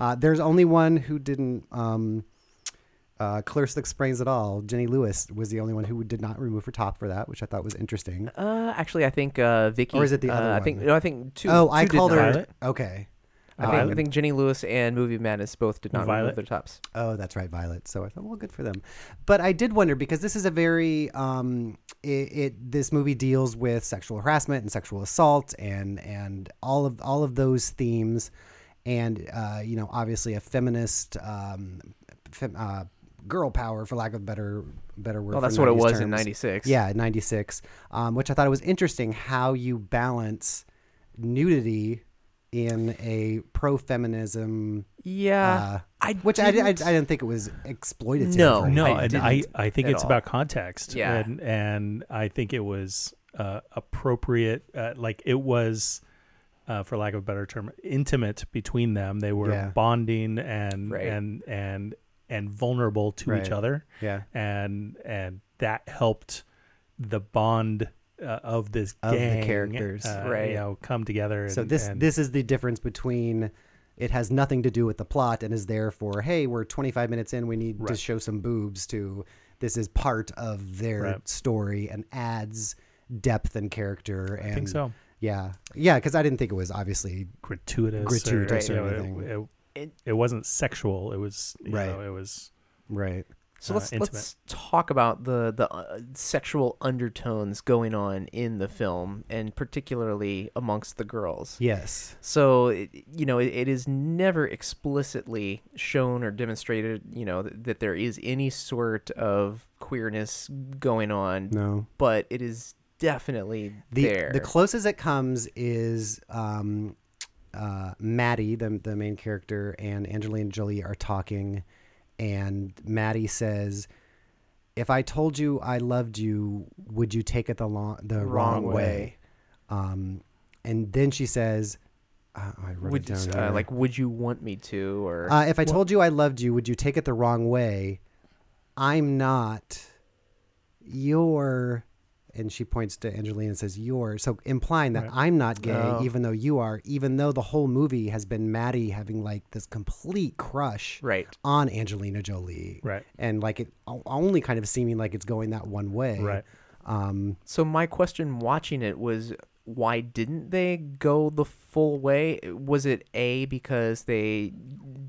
Speaker 1: uh, there's only one who didn't um, uh, clear six sprains at all jenny lewis was the only one who did not remove her top for that which i thought was interesting
Speaker 6: Uh, actually, I think uh, Vicky.
Speaker 1: Or is it the other
Speaker 6: uh, I think
Speaker 1: one?
Speaker 6: no. I think two.
Speaker 1: oh i
Speaker 6: two did
Speaker 1: called her
Speaker 6: not.
Speaker 5: Violet?
Speaker 1: okay
Speaker 6: I think, I
Speaker 1: Um,
Speaker 6: think Jenny Lewis and Movie Madness both did not remove
Speaker 5: Violet?
Speaker 6: their tops.
Speaker 1: Oh, that's right, Violet. So I thought, well, good for them. But I did wonder because this is a very um, it, it this movie deals with sexual harassment and sexual assault and and all of all of those themes, and uh, you know, obviously a feminist um, fem, uh, girl power, for lack of a better better word.
Speaker 6: Well,
Speaker 1: for
Speaker 6: that's what it
Speaker 1: 90s
Speaker 6: was in
Speaker 1: terms.
Speaker 6: '96.
Speaker 1: Yeah, 96, um, which I thought it was interesting how you balance nudity in a pro feminism
Speaker 6: Yeah.
Speaker 1: uh,
Speaker 6: I
Speaker 1: which I, di- I, I
Speaker 6: didn't-
Speaker 1: didn't think it was exploitative.
Speaker 6: No,
Speaker 1: for
Speaker 5: no,
Speaker 1: anything.
Speaker 6: I
Speaker 5: and I,
Speaker 6: didn't
Speaker 5: I think
Speaker 6: at
Speaker 5: it's
Speaker 6: all.
Speaker 5: about context.
Speaker 6: Yeah.
Speaker 5: And, and I think it was uh, appropriate. Uh, like it was, uh, for lack of a better term, intimate between them. They were
Speaker 1: Yeah.
Speaker 5: bonding and,
Speaker 6: Right.
Speaker 5: and, and, and vulnerable to
Speaker 1: Right.
Speaker 5: each other.
Speaker 1: Yeah.
Speaker 5: And, and that helped the bond uh, of this
Speaker 1: Of the
Speaker 5: gang,
Speaker 1: characters.
Speaker 5: uh,
Speaker 6: Right.
Speaker 5: You know, come together.
Speaker 1: So
Speaker 5: and-
Speaker 1: this
Speaker 5: and-
Speaker 1: this is the difference between it has nothing to do with the plot and is there for hey we're 25 minutes in we need to
Speaker 5: Right.
Speaker 1: show some boobs to this is part of their
Speaker 5: Right.
Speaker 1: story and adds depth and character and
Speaker 5: I think so.
Speaker 1: yeah yeah because I didn't think it was obviously
Speaker 5: Gratuitous,
Speaker 1: Gratuitous
Speaker 5: or,
Speaker 1: or
Speaker 5: you know, it-
Speaker 1: anything.
Speaker 5: It,
Speaker 6: It-
Speaker 5: it wasn't sexual. It was you
Speaker 1: Right.
Speaker 5: know, it was
Speaker 1: right
Speaker 6: So
Speaker 5: uh,
Speaker 6: let's
Speaker 5: intimate.
Speaker 6: let's talk about the the uh, sexual undertones going on in the film, and particularly amongst the girls.
Speaker 1: yes
Speaker 6: So it, you know it, it is never explicitly shown or demonstrated. You know that, that there is any sort of queerness going on,
Speaker 1: no
Speaker 6: but it is definitely
Speaker 1: the
Speaker 6: there.
Speaker 1: the closest it comes is um, uh, Maddie, the the main character, and Angelina Jolie are talking, and Maddie says, "If I told you I loved you, would you take it the long the wrong,
Speaker 6: Wrong
Speaker 1: way?"
Speaker 6: way.
Speaker 1: Um, and then she says, uh, "I wrote
Speaker 6: would
Speaker 1: it down
Speaker 6: uh,
Speaker 1: here.
Speaker 6: like would you want me to or
Speaker 1: Uh, if I told you I loved you, would you take it the wrong way? I'm not. You're, and she points to Angelina and says, "You're." So implying that I'm not gay,
Speaker 6: Oh.
Speaker 1: even though you are, even though the whole movie has been Maddie having like this complete crush
Speaker 6: right?
Speaker 1: on Angelina Jolie,
Speaker 5: Right.
Speaker 1: And like it o- only kind of seeming like it's going that one way,
Speaker 5: Right.
Speaker 1: Um,
Speaker 6: So my question watching it was why didn't they go the full way? Was it A because they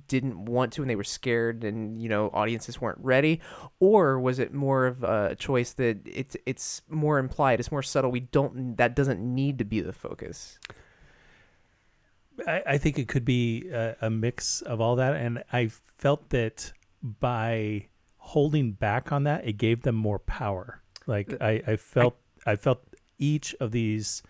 Speaker 6: didn't want to and they were scared and you know audiences weren't ready or was it more of a choice that it's it's more implied, it's more subtle. We don't that doesn't need to be the focus.
Speaker 5: I, I think it could be a, a mix of all that, and I felt that by holding back on that, it gave them more power. Like I, Uh, I felt, I, felt each of these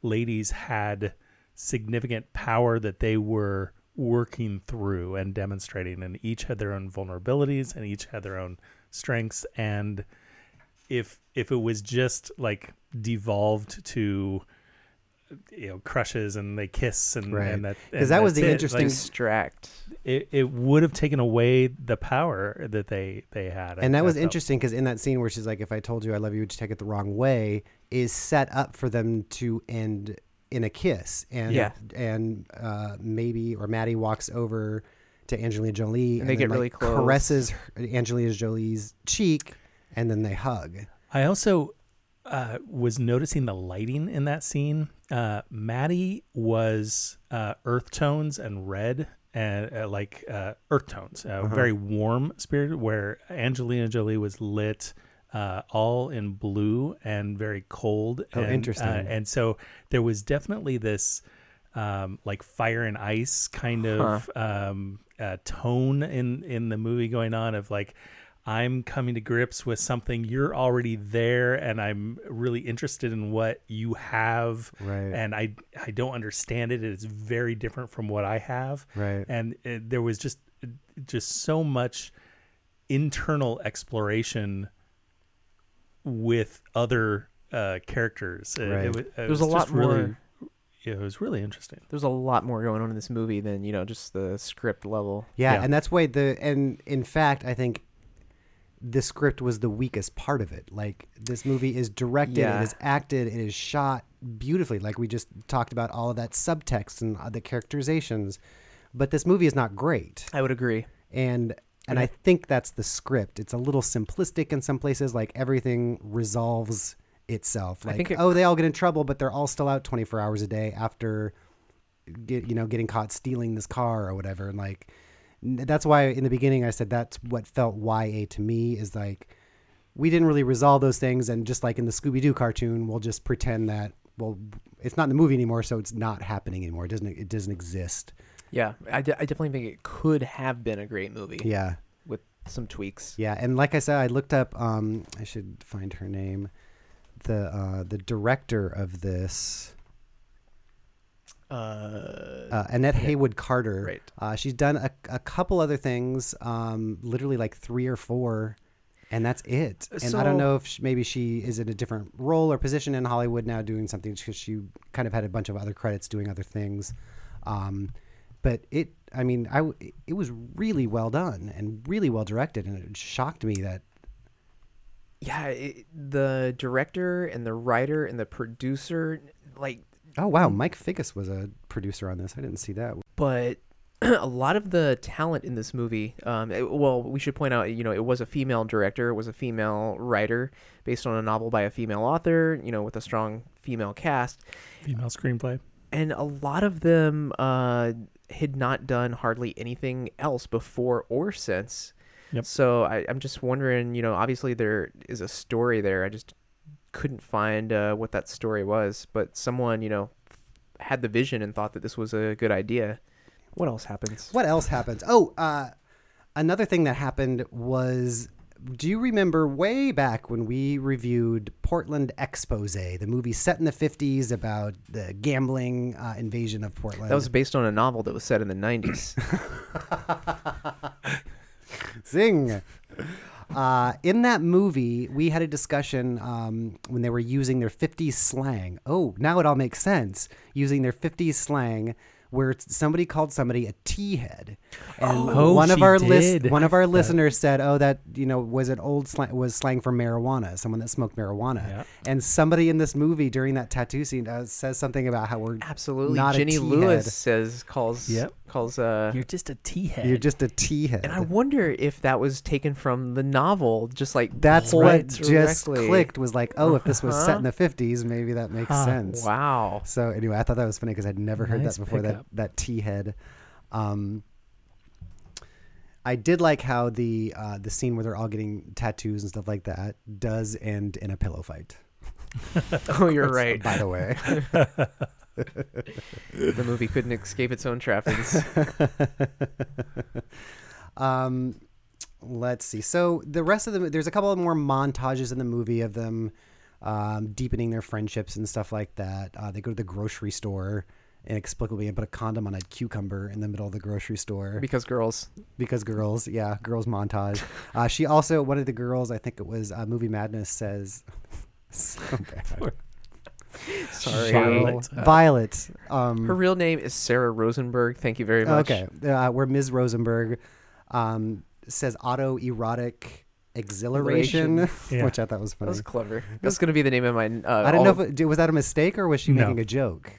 Speaker 5: ladies had significant power that they were working through and demonstrating, and each had their own vulnerabilities, and each had their own strengths, and if if it was just like devolved to you know crushes and they kiss and,
Speaker 1: Right.
Speaker 5: and that
Speaker 1: 'Cause
Speaker 5: and
Speaker 1: that was
Speaker 5: that's
Speaker 1: the
Speaker 5: it.
Speaker 1: interesting-
Speaker 5: Like,
Speaker 6: Distract.
Speaker 5: it, it would have taken away the power that they they had
Speaker 1: and that
Speaker 5: I- I
Speaker 1: was
Speaker 5: felt.
Speaker 1: interesting because in that scene where she's like, "If I told you I love you, would you take it the wrong way?" is set up for them to end in a kiss, and
Speaker 6: Yeah.
Speaker 1: and uh, maybe or Maddie walks over to Angelina Jolie,
Speaker 6: they get
Speaker 1: like,
Speaker 6: really close.
Speaker 1: caresses her- Angelina Jolie's cheek, and then they hug.
Speaker 5: I also uh, was noticing the lighting in that scene. Uh, Maddie was uh, earth tones and red, and uh,
Speaker 1: Uh-huh.
Speaker 5: like uh, earth tones, uh, very warm spirit. Where Angelina Jolie was lit uh, all in blue and very cold.
Speaker 1: Oh,
Speaker 5: and, uh,
Speaker 1: interesting.
Speaker 5: and so there was definitely this um, like fire and ice kind of um, uh, tone in in the movie going on of like. I'm coming to grips with something. You're already there, and I'm really interested in what you have.
Speaker 1: Right.
Speaker 5: And I I don't understand it. It's very different from what I have.
Speaker 1: Right.
Speaker 5: And uh there was just just so much internal exploration with other uh, characters. It-
Speaker 1: Right.
Speaker 5: It, wa- it
Speaker 6: There's
Speaker 5: was
Speaker 6: a lot
Speaker 5: just really,
Speaker 6: more-
Speaker 5: yeah, it was really interesting.
Speaker 6: There's a lot more going on in this movie than you know just the script level.
Speaker 1: Yeah,
Speaker 5: Yeah.
Speaker 1: and that's why the and in fact, I think the script was the weakest part of it. Like this movie is directed,
Speaker 6: Yeah.
Speaker 1: it is acted, it is shot beautifully. Like we just talked about all of that subtext and uh, the characterizations, but this movie is not great.
Speaker 6: I would agree.
Speaker 1: And and I think that's the script. It's a little simplistic in some places. Like everything resolves itself. Like
Speaker 6: think it-
Speaker 1: oh, they all get in trouble, but they're all still out twenty four hours a day after get you know getting caught stealing this car or whatever and like n- that's why in the beginning i said that's what felt ya to me is like we didn't really resolve those things and just like in the scooby-doo cartoon we'll just pretend that well it's not in the movie anymore so it's not happening anymore it doesn't it doesn't exist
Speaker 6: Yeah, I, de- I definitely think it could have been a great movie.
Speaker 1: yeah
Speaker 6: with some tweaks.
Speaker 1: Yeah, and like I said, I looked up. Um, I should find her name. The uh, the director of this,
Speaker 6: Uh,
Speaker 1: uh, Annette Haywood Carter.
Speaker 6: Right.
Speaker 1: Uh, she's done a, a couple other things, um, literally like three or four, and that's it. And I don't
Speaker 6: Uh, So-
Speaker 1: know if sh maybe she is in a different role or position in Hollywood now, doing something because she kind of had a bunch of other credits doing other things. Um, but it, I mean, I w- it was really well done and really well directed, and it shocked me that
Speaker 6: yeah, it, the director and the writer and the producer, like,
Speaker 1: Oh wow, Mike Figgis was a producer on this. I didn't see that.
Speaker 6: but a lot of the talent in this movie. Um, it- well, we should point out, you know, it was a female director, it was a female writer based on a novel by a female author, you know, with a strong female cast.
Speaker 5: Female screenplay.
Speaker 6: and a lot of them uh, had not done hardly anything else before or since.
Speaker 5: Yep.
Speaker 6: So I, I'm just wondering, you know, obviously there is a story there. I just couldn't find uh, what that story was, but someone, you know, had the vision and thought that this was a good idea. What else happens?
Speaker 1: What else happens? Oh, uh, another thing that happened was. Do you remember way back when we reviewed Portland Expose, the movie set in the 50s about the gambling uh, invasion of Portland?
Speaker 6: That was based on a novel that was set in the 90s.
Speaker 1: Zing. Uh, in that movie, we had a discussion um, when they were using their 50s slang. Oh, now it all makes sense. Using their 50s slang, where it's- somebody called somebody a tea head, and
Speaker 5: Oh,
Speaker 1: one of
Speaker 5: she
Speaker 1: our list
Speaker 5: did.
Speaker 1: one of
Speaker 5: I-
Speaker 1: our
Speaker 5: that-
Speaker 1: listeners said, "Oh, that you know was an old slang was slang for marijuana, someone that smoked marijuana."
Speaker 5: Yeah.
Speaker 1: And somebody in this movie during that tattoo scene uh, says something about how we're
Speaker 6: Absolutely.
Speaker 1: not a
Speaker 6: Jenny
Speaker 1: tea
Speaker 6: Lewis
Speaker 1: head.
Speaker 6: says, calls,
Speaker 5: Yep.
Speaker 6: calls, uh,
Speaker 5: You're just a tea head.
Speaker 1: You're just a tea head.
Speaker 6: and I wonder if that was taken from the novel, just like
Speaker 1: That's
Speaker 6: pulled
Speaker 1: what just
Speaker 6: directly. Ah,
Speaker 1: clicked was like, oh, if this was set in the 50s, maybe that makes sense.
Speaker 6: Wow.
Speaker 1: So anyway, I thought that was funny because I'd never heard
Speaker 5: Nice
Speaker 1: that before.
Speaker 5: pickup.
Speaker 1: That that T head. Um, I did like how the uh, the scene where they're all getting tattoos and stuff like that does end in a pillow fight.
Speaker 6: Oh, you're right.
Speaker 1: By the way,
Speaker 6: The movie couldn't escape its own trappings.
Speaker 1: um, let's see. So the rest of the there's a couple of more montages in the movie of them um, deepening their friendships and stuff like that. Uh, they go to the grocery store inexplicably and put a condom on a cucumber in the middle of the grocery store.
Speaker 6: because girls.
Speaker 1: because girls, yeah, girls montage. Uh, she also one of the girls, I think it was uh, Movie Madness, says so bad.
Speaker 6: Sorry.
Speaker 5: Charlotte.
Speaker 1: Cheryl- Violet. Um,
Speaker 6: Her real name is Sarah Rosenberg. Thank you very much.
Speaker 1: okay, uh, where Ms. Rosenberg um, says autoerotic exhilaration,
Speaker 5: Yeah.
Speaker 1: which I thought was
Speaker 6: That
Speaker 1: funny.
Speaker 6: was clever. That's going to be the name of my. Uh,
Speaker 1: I don't
Speaker 6: all-
Speaker 1: know if it, was that a mistake or was she
Speaker 5: No.
Speaker 1: making a joke.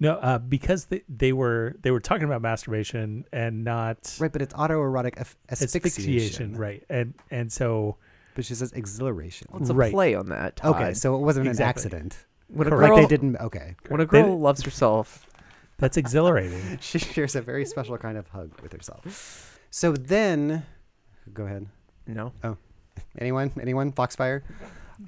Speaker 5: No, uh, because they, they were they were talking about masturbation and not
Speaker 1: Right, but it's autoerotic asphyxiation,
Speaker 5: asphyxiation, right? And and so
Speaker 1: But she says exhilaration.
Speaker 6: Well, it's a
Speaker 5: Right.
Speaker 6: play on that. Todd.
Speaker 1: Okay, so it wasn't
Speaker 5: Exactly.
Speaker 1: an accident.
Speaker 6: when a
Speaker 5: Correct.
Speaker 6: girl,
Speaker 1: Like they didn't. Okay,
Speaker 6: when a
Speaker 5: They
Speaker 6: girl
Speaker 5: did-
Speaker 6: loves herself,
Speaker 5: that's exhilarating.
Speaker 1: she shares a very special kind of hug with herself. So then, go ahead.
Speaker 6: no.
Speaker 1: Oh, Anyone? Anyone? Foxfire?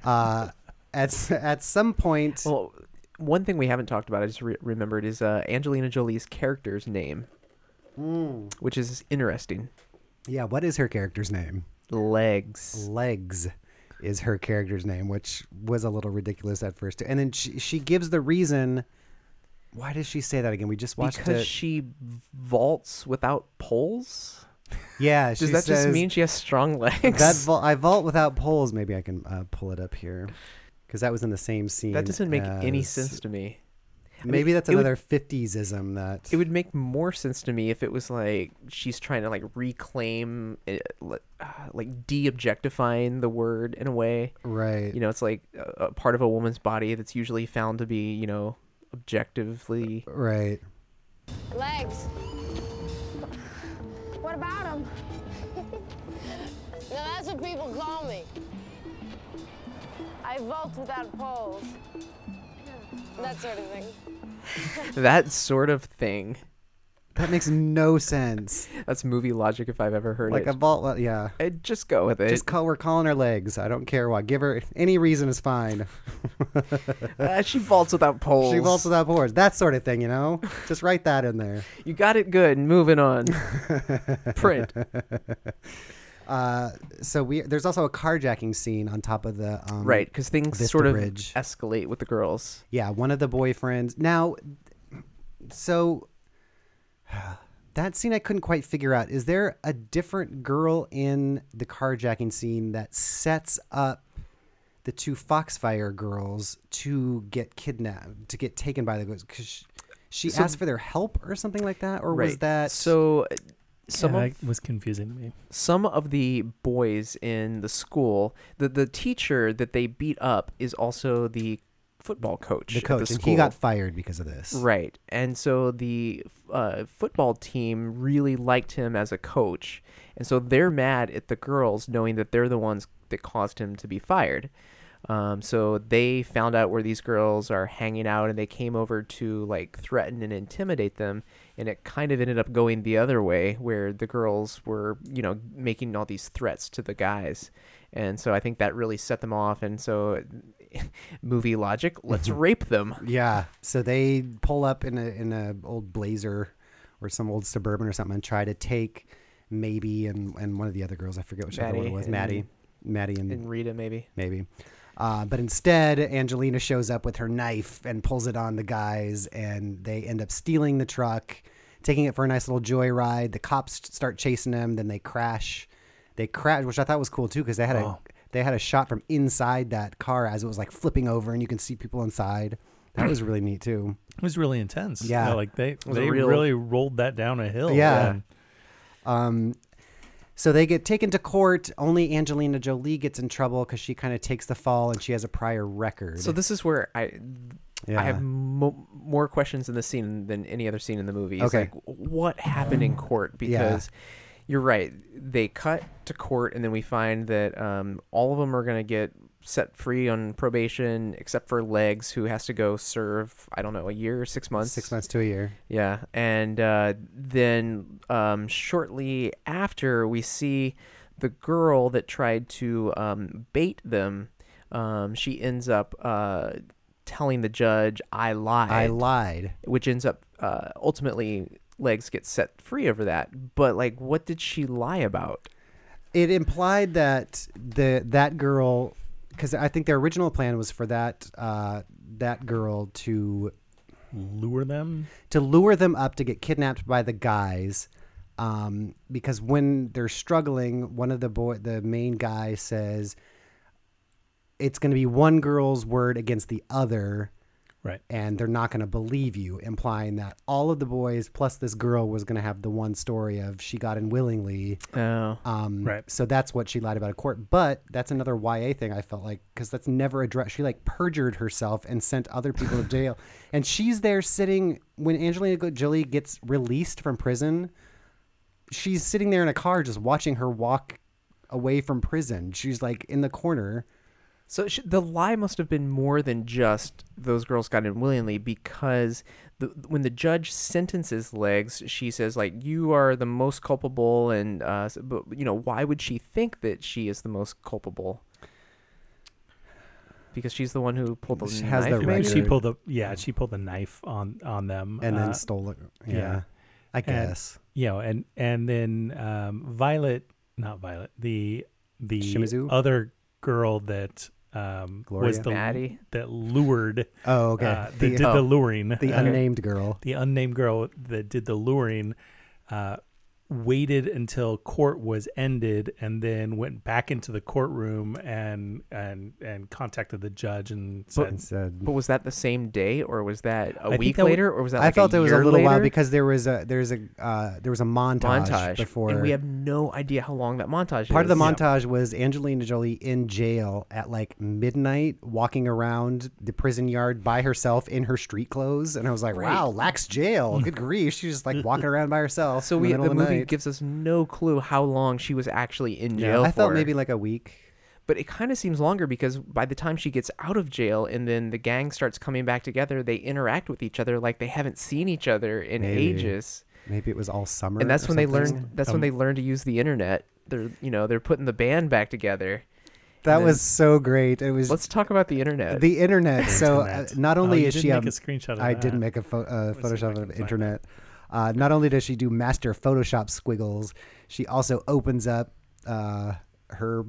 Speaker 1: Uh, at at some point,
Speaker 6: Well, one thing we haven't talked about, I just re- remembered, is uh, Angelina Jolie's character's name, which is interesting.
Speaker 1: yeah. What is her character's name?
Speaker 6: Legs.
Speaker 1: Legs is her character's name, which was a little ridiculous at first. And then she, she gives the reason. Why does she say that again? We just watched
Speaker 6: Because
Speaker 1: it.
Speaker 6: she vaults without poles?
Speaker 1: yeah,
Speaker 6: Does
Speaker 1: she
Speaker 6: that
Speaker 1: says,
Speaker 6: just mean she has strong legs?
Speaker 1: that vault, I vault without poles? Maybe I can uh, pull it up here because that was in the same scene.
Speaker 6: that doesn't make any
Speaker 1: as-
Speaker 6: sense to me.
Speaker 1: Maybe that's
Speaker 6: it would-
Speaker 1: another '50s ism that
Speaker 6: It would make more sense to me if it was like she's trying to like reclaim, it, li- uh, like de-objectifying the word in a way.
Speaker 1: right.
Speaker 6: You know, it's like a, a part of a woman's body that's usually found to be, you know, objectively
Speaker 1: Right.
Speaker 3: Legs. What about them?
Speaker 4: Now that's what people call me.
Speaker 3: I vault without poles.
Speaker 4: That sort of thing.
Speaker 6: that sort of thing.
Speaker 1: That makes no sense.
Speaker 6: That's movie logic if I've ever heard
Speaker 1: Like a
Speaker 6: it.
Speaker 1: vault. well, Yeah.
Speaker 6: i just go with it.
Speaker 1: Just call. We're calling her legs. I don't care why. Give her any reason is fine.
Speaker 6: Uh, she vaults without poles.
Speaker 1: She vaults without boards. That sort of thing. You know. Just write that in there.
Speaker 6: You got it good. Moving on. Print.
Speaker 1: Uh, so we there's also a carjacking scene on top of the um,
Speaker 6: Right, because things
Speaker 1: Vista
Speaker 6: sort of
Speaker 1: Bridge.
Speaker 6: escalate with the girls.
Speaker 1: Yeah, one of the boyfriends. Now, so that scene I couldn't quite figure out. Is there a different girl in the carjacking scene that sets up the two Foxfire girls to get kidnapped, to get taken by the girls? Because she, she asked for their help or something like that? Or was that.
Speaker 6: so? uh, Some
Speaker 5: Yeah,
Speaker 6: of
Speaker 5: that was confusing to me.
Speaker 6: some of the boys in the school, the the teacher that they beat up is also the football coach.
Speaker 1: the
Speaker 6: at
Speaker 1: coach,
Speaker 6: the
Speaker 1: and he
Speaker 6: school.
Speaker 1: got fired because of this.
Speaker 6: Right. And so the uh, football team really liked him as a coach. And so they're mad at the girls knowing that they're the ones that caused him to be fired. Um, so they found out where these girls are hanging out and they came over to like threaten and intimidate them. And it kind of ended up going the other way where the girls were, you know, making all these threats to the guys. And so I think that really set them off. And so, movie logic, let's rape them.
Speaker 1: Yeah. So they pull up in a in a old blazer or some old suburban or something and try to take maybe and and one of the other girls, I forget which other one it
Speaker 6: Maddie
Speaker 1: was,
Speaker 6: and-
Speaker 1: Maddie. Maddie and,
Speaker 6: And Rita, maybe.
Speaker 1: maybe. Uh, but instead, Angelina shows up with her knife and pulls it on the guys, and they end up stealing the truck, taking it for a nice little joyride. The cops start chasing them, then they crash. They crash, which I thought was cool too, because they had
Speaker 6: Oh.
Speaker 5: Wow.
Speaker 1: a they had a shot from inside that car as it was like flipping over, and you can see people inside. That was really neat too.
Speaker 5: It was really intense.
Speaker 1: Yeah.
Speaker 5: like they
Speaker 6: was a
Speaker 5: they
Speaker 6: real-
Speaker 5: really rolled that down a hill.
Speaker 1: Yeah.
Speaker 5: and
Speaker 1: Um, So they get taken to court. Only Angelina Jolie gets in trouble because she kind of takes the fall and she has a prior record.
Speaker 6: So this is where I
Speaker 1: Yeah.
Speaker 6: I have mo- more questions in this scene than any other scene in the movie. It's
Speaker 1: Okay.
Speaker 6: like what happened in court because you're right. They cut to court and then we find that um, all of them are going to get set free on probation except for Legs who has to go serve I don't know a year or 6 months.
Speaker 1: six months to a year.
Speaker 6: Yeah, and uh, then um, shortly after, we see the girl that tried to um, bait them. Um, she ends up uh, telling the judge, "I lied,"
Speaker 1: I lied.
Speaker 6: which ends up uh, ultimately legs get set free over that. But like, what did she lie about?
Speaker 1: it implied that the that girl because I think their original plan was for that uh, that girl to
Speaker 5: lure them.
Speaker 1: to lure them up to get kidnapped by the guys um, because when they're struggling one of the boy the main guy says it's going to be one girl's word against the other
Speaker 5: Right.
Speaker 1: and they're not going to believe you, implying that all of the boys plus this girl was going to have the one story of she got in willingly.
Speaker 6: Oh.
Speaker 1: Um,
Speaker 5: Right.
Speaker 1: So that's what she lied about at court. But that's another YA thing I felt like because that's never addressed. She like perjured herself and sent other people to jail, and she's there sitting when Angelina Go- Jolie gets released from prison. She's sitting there in a car, just watching her walk away from prison. She's like in the corner.
Speaker 6: So sh- the lie must have been more than just those girls got in willingly because the, when the judge sentences Legs, she says like you are the most culpable, and uh, s- but you know why would she think that she is the most culpable? Because she's the one who pulled the
Speaker 1: She
Speaker 6: knife.
Speaker 1: has the
Speaker 6: maybe?
Speaker 5: She
Speaker 1: record.
Speaker 5: pulled the yeah, she pulled the knife on on them,
Speaker 1: and then
Speaker 5: uh,
Speaker 1: stole it. Yeah,
Speaker 5: yeah.
Speaker 1: I
Speaker 5: And-
Speaker 1: guess
Speaker 5: you know, and and then um, Violet, not Violet, the the
Speaker 1: Shimizu?
Speaker 5: other girl that um, was
Speaker 1: Gloria?
Speaker 5: the
Speaker 6: Maddie?
Speaker 5: that lured,
Speaker 1: Oh, okay.
Speaker 5: uh, that
Speaker 1: The-
Speaker 5: did the
Speaker 6: Oh.
Speaker 5: luring,
Speaker 1: the
Speaker 5: uh,
Speaker 1: unnamed girl.
Speaker 5: the unnamed girl that did the luring, uh, waited until court was ended and then went back into the courtroom and and and contacted the judge and said,
Speaker 1: And said,
Speaker 6: But was that the same day, or was that a
Speaker 5: think
Speaker 6: week
Speaker 5: that w-
Speaker 6: later, or was that?
Speaker 1: I
Speaker 6: like,
Speaker 1: felt
Speaker 6: a
Speaker 1: it was a
Speaker 6: year
Speaker 1: little while
Speaker 6: later?
Speaker 1: because there was a there's a uh, there was a montage,
Speaker 6: montage
Speaker 1: before
Speaker 6: and we have no idea how long that montage
Speaker 1: Part of the
Speaker 6: is.
Speaker 1: montage was Angelina Jolie in jail at like midnight, walking around the prison yard by herself in her street clothes, and I was like,
Speaker 6: Right.
Speaker 1: "Wow, lax jail! Good grief, she's just like walking around by herself."
Speaker 6: So
Speaker 1: in
Speaker 6: we
Speaker 1: the,
Speaker 6: the,
Speaker 1: middle of the
Speaker 6: movie
Speaker 1: night.
Speaker 6: gives us no clue how long she was actually in
Speaker 1: Yeah,
Speaker 6: jail.
Speaker 1: I thought
Speaker 6: for.
Speaker 1: maybe like a week.
Speaker 6: but it kind of seems longer because by the time she gets out of jail and then the gang starts coming back together, they interact with each other like they haven't seen each other in
Speaker 1: Maybe.
Speaker 6: ages,
Speaker 1: Maybe it was all summer,
Speaker 6: and that's
Speaker 1: or
Speaker 6: when they
Speaker 1: something.
Speaker 6: learn. That's when they learn to use the internet. They're you know they're putting the band back together.
Speaker 1: That
Speaker 6: then-
Speaker 1: was so great. It was
Speaker 6: Let's talk about the internet.
Speaker 1: the internet. So uh,
Speaker 5: Internet.
Speaker 1: not
Speaker 5: Oh,
Speaker 1: only
Speaker 5: you
Speaker 1: is
Speaker 5: did
Speaker 1: she
Speaker 5: make
Speaker 1: um,
Speaker 5: a screenshot of
Speaker 1: I
Speaker 5: that.
Speaker 1: did make a pho- uh,
Speaker 5: see if I
Speaker 1: Photoshop
Speaker 5: can
Speaker 1: of
Speaker 5: find
Speaker 1: internet. Uh, not only does she do master Photoshop squiggles, she also opens up uh, her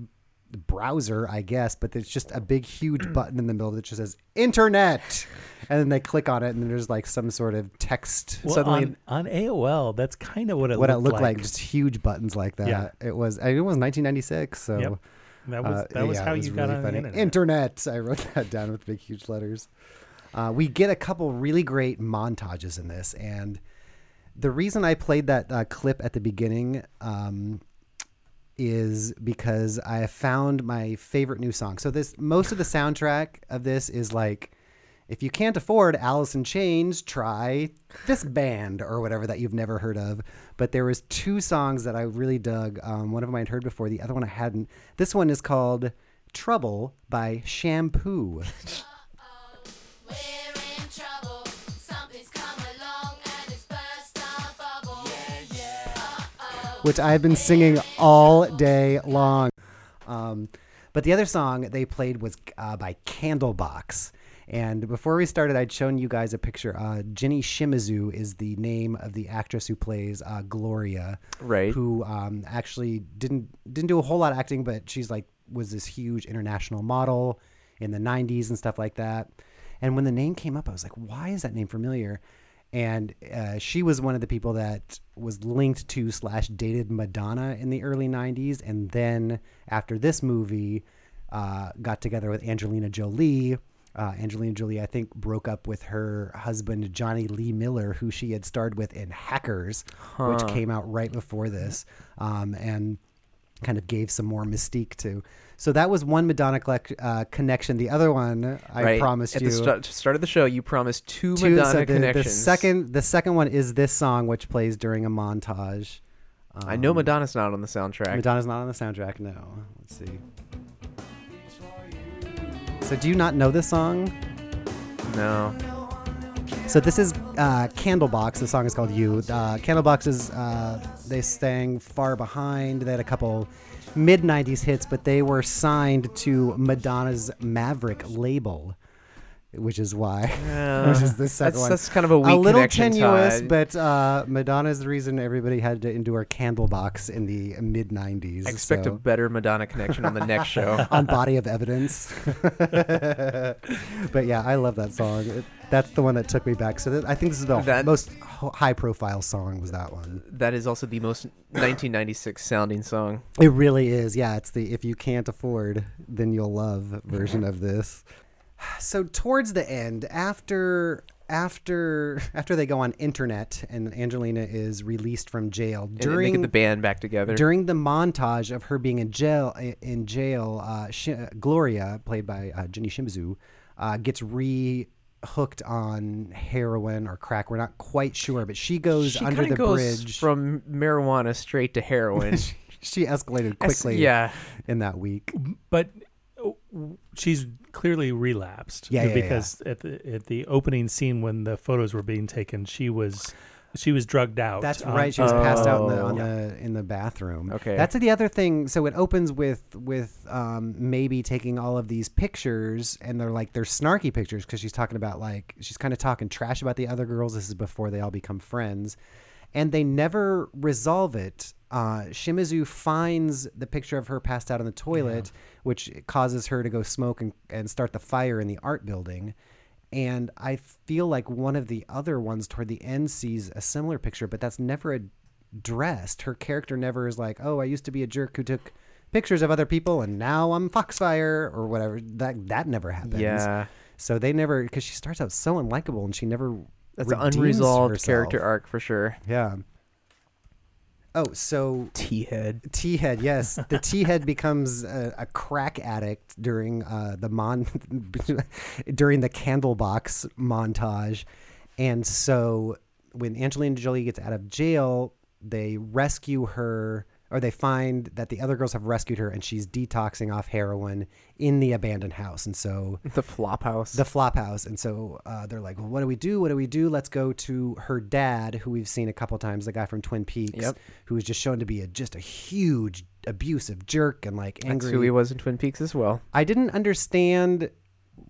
Speaker 1: browser, I guess, but there's just a big, huge button in the middle that just says internet. And then they click on it, and there's like some sort of text.
Speaker 5: Well,
Speaker 6: Suddenly-
Speaker 5: on, on AOL, that's kind of what it
Speaker 1: what it
Speaker 5: looked
Speaker 1: looked like. just huge buttons like that.
Speaker 5: Yeah.
Speaker 1: It was. I mean, it was 1996, so
Speaker 5: Yep. That was
Speaker 1: uh,
Speaker 5: that was
Speaker 1: yeah,
Speaker 5: how
Speaker 1: it was
Speaker 5: you got
Speaker 1: really
Speaker 5: on
Speaker 1: funny.
Speaker 5: the internet.
Speaker 1: Internet. I wrote that down with big, huge letters. Uh, we get a couple really great montages in this, and the reason I played that uh, clip at the beginning um, is because I have found my favorite new song. So this most of the soundtrack of this is like. If you can't afford Alice in Chains, try this band or whatever that you've never heard of. But there was two songs that I really dug. Um, one of them I'd heard before, the other one I hadn't. This one is called "Trouble" by Shampoo.
Speaker 4: We're in trouble. Something's come along and it's burst our bubble.
Speaker 1: which I've been singing all day long. Um, but the other song they played was uh, by Candlebox. And before we started, I'd shown you guys a picture. Uh, Ginny Shimizu is the name of the actress who plays uh, Gloria,
Speaker 6: Right.
Speaker 1: Who um, actually didn't didn't do a whole lot of acting, but she's like was this huge international model in the '90s and stuff like that. And when the name came up, I was like, "Why is that name familiar?" and uh, she was one of the people that was linked to slash dated Madonna in the early '90s, and then after this movie, uh, got together with Angelina Jolie. Uh, Angelina Jolie, I think, broke up with her husband Johnny Lee Miller, who she had starred with in Hackers, which came out right before this, um, and kind of gave some more mystique to. So that was one Madonna collec uh, connection. The other one, I
Speaker 6: right.
Speaker 1: promised
Speaker 6: At
Speaker 1: you,
Speaker 6: the start, start of the show, you promised two,
Speaker 1: two-
Speaker 6: Madonna
Speaker 1: so the, the
Speaker 6: connections.
Speaker 1: second the second one is this song which plays during a montage.
Speaker 6: I know
Speaker 1: Um,
Speaker 6: Madonna's not on the soundtrack.
Speaker 1: Madonna's not on the soundtrack, no. Let's see. So do you not know this song?
Speaker 6: No.
Speaker 1: So this is uh, Candlebox. The song is called "You." Uh, Candlebox is uh, they sang "Far Behind." They had a couple mid '90s hits, but they were signed to Madonna's Maverick label, which is why, which is the second
Speaker 6: that's-
Speaker 1: one.
Speaker 6: that's kind of a
Speaker 1: a
Speaker 6: weak
Speaker 1: little
Speaker 6: connection,
Speaker 1: tenuous,
Speaker 6: Todd.
Speaker 1: but uh, Madonna's the reason everybody had to endure Candlebox in the mid '90s.
Speaker 6: I expect
Speaker 1: so.
Speaker 6: a better Madonna connection on the next show.
Speaker 1: on body of evidence. but yeah, I love that song. It, that's the one that took me back. So that, I think this is the
Speaker 6: That-
Speaker 1: most high profile song was that one.
Speaker 6: That is also the most 1996 sounding song.
Speaker 1: It really is. Yeah, it's the if you can't afford, then you'll love version of this. So towards the end, after after after they go on internet and Angelina is released from jail
Speaker 6: And they
Speaker 1: during
Speaker 6: get the band back together.
Speaker 1: during the montage of her being in jail, in jail, uh, Sh- Gloria, played by uh, Ginny Shimizu, uh, gets re hooked on heroin or crack. We're not quite sure, but she goes
Speaker 6: she
Speaker 1: under
Speaker 6: kinda
Speaker 1: the
Speaker 6: goes
Speaker 1: bridge.
Speaker 6: from marijuana straight to heroin.
Speaker 1: she escalated
Speaker 6: That's-
Speaker 1: quickly.
Speaker 6: yeah.
Speaker 1: in that week.
Speaker 5: But uh, she's clearly relapsed.
Speaker 1: Yeah, yeah, yeah.
Speaker 5: because at the at the opening scene when the photos were being taken, she was she was drugged out.
Speaker 1: That's
Speaker 5: on- Oh.
Speaker 1: right. She was passed out in the, on the in the bathroom.
Speaker 6: Okay.
Speaker 1: That's the other thing. So it opens with with um, maybe taking all of these pictures, and they're like they're snarky pictures because she's talking about like she's kind of talking trash about the other girls. This is before they all become friends, and they never resolve it. Uh, Shimizu finds the picture of her passed out on the toilet, which causes her to go smoke and, and start the fire in the art building. And I feel like one of the other ones toward the end sees a similar picture, but that's never addressed. Her character never is like, "Oh, I used to be a jerk who took pictures of other people, and now I'm Foxfire or whatever." That that never happens.
Speaker 6: Yeah.
Speaker 1: So they never because she starts out so unlikable, and she never
Speaker 6: That's an
Speaker 1: redeems
Speaker 6: unresolved
Speaker 1: herself.
Speaker 6: character arc for sure.
Speaker 1: Yeah. Oh, so
Speaker 6: T head.
Speaker 1: T head, yes. The T head becomes a, a crack addict during uh, the mon during the Candlebox montage, and so when Angelina Jolie gets out of jail, they rescue her, or they find that the other girls have rescued her, and she's detoxing off heroin in the abandoned house, and so
Speaker 6: The flop house.
Speaker 1: the flop house and so uh, they're like well what do we do what do we do let's go to her dad who we've seen a couple times the guy from twin peaks
Speaker 6: Yep.
Speaker 1: who was just shown to be a, just a huge abusive jerk and like
Speaker 6: That's who he
Speaker 1: angry
Speaker 6: was in Twin Peaks as well.
Speaker 1: i didn't understand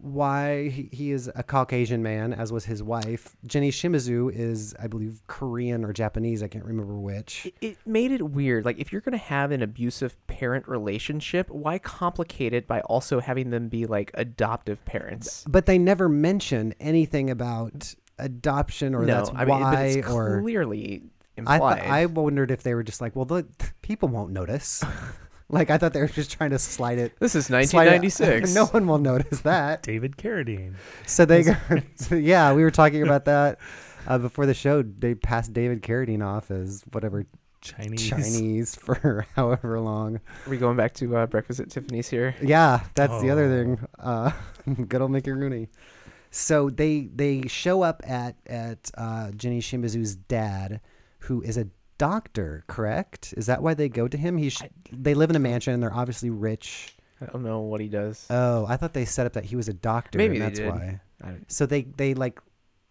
Speaker 1: why he, he is a caucasian man as was his wife jenny shimizu is i believe korean or japanese i can't remember which
Speaker 6: It, it made it weird. Like, if you're going to have an abusive parent relationship, why complicate it by also having them be like adoptive parents?
Speaker 1: but they never mention anything about adoption or
Speaker 6: no,
Speaker 1: that's
Speaker 6: I mean, but
Speaker 1: why
Speaker 6: it's
Speaker 1: or
Speaker 6: clearly
Speaker 1: I,
Speaker 6: implied.
Speaker 1: thought I wondered if they were just like, well, the people won't notice. like I thought they were just trying to slide it.
Speaker 6: this is
Speaker 1: slide it-
Speaker 6: 1996.
Speaker 1: no one will notice that.
Speaker 5: David Carradine.
Speaker 1: So they go. so yeah, we were talking about that uh, before the show. They passed David Carradine off as whatever
Speaker 5: Chinese.
Speaker 1: Chinese for however long.
Speaker 6: Are we going back to uh, Breakfast at Tiffany's here?
Speaker 1: Yeah, that's the other
Speaker 5: Oh.
Speaker 1: thing. Uh, good old Mickey Rooney. So they they show up at at uh, Jenny Shimizu's dad, who is a doctor. Correct? Is that why they go to him? He sh- they live in a mansion. They're obviously rich.
Speaker 6: I don't know what he does.
Speaker 1: Oh, I thought they set up that he was a doctor.
Speaker 6: Maybe
Speaker 1: and
Speaker 6: they
Speaker 1: that's
Speaker 6: did.
Speaker 1: why.
Speaker 6: I don't-
Speaker 1: So they they like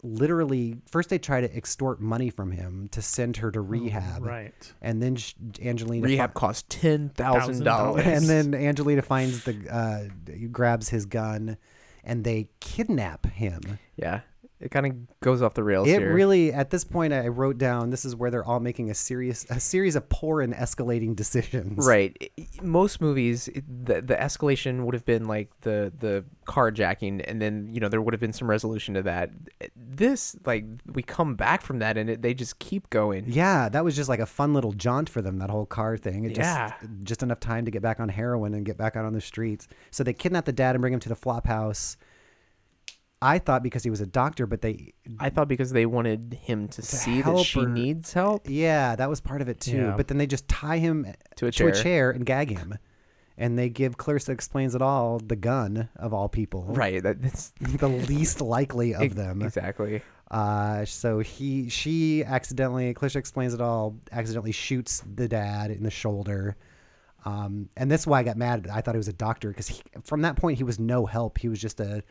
Speaker 1: literally first they try to extort money from him to send her to rehab,
Speaker 5: Right.
Speaker 1: And then sh- Angelina
Speaker 6: Rehab cost ten thousand dollars,
Speaker 1: and then Angelina finds the uh, grabs his gun, and they kidnap him.
Speaker 6: yeah, it kind of goes off the rails.
Speaker 1: It
Speaker 6: here.
Speaker 1: really, at this point, I wrote down this is where they're all making a serious a series of poor and escalating decisions.
Speaker 6: Right. I- I- Most movies, it- the the escalation would have been like the the carjacking, and then you know there would have been some resolution to that. Uh, This like we come back from that, and it, they just keep going.
Speaker 1: Yeah, that was just like a fun little jaunt for them. That whole car thing. It
Speaker 6: Yeah.
Speaker 1: Just, just enough time to get back on heroin and get back out on the streets. So they kidnap the dad and bring him to the flop house. I thought because he was a doctor, but they,
Speaker 6: I thought because they wanted him to, see that
Speaker 1: help
Speaker 6: she
Speaker 1: her.
Speaker 6: needs help.
Speaker 1: yeah, that was part of it too.
Speaker 5: Yeah.
Speaker 1: But then they just tie him
Speaker 6: To a
Speaker 1: to a
Speaker 6: chair.
Speaker 1: chair and gag him. And they give Clarissa Explains It All the gun of all people.
Speaker 6: Right. That, that's
Speaker 1: The least likely of them.
Speaker 6: exactly.
Speaker 1: Uh, so he, she accidentally, Clarissa Explains It All accidentally shoots the dad in the shoulder. Um, and that's why I got mad. I thought he was a doctor because from that point he was no help. He was just a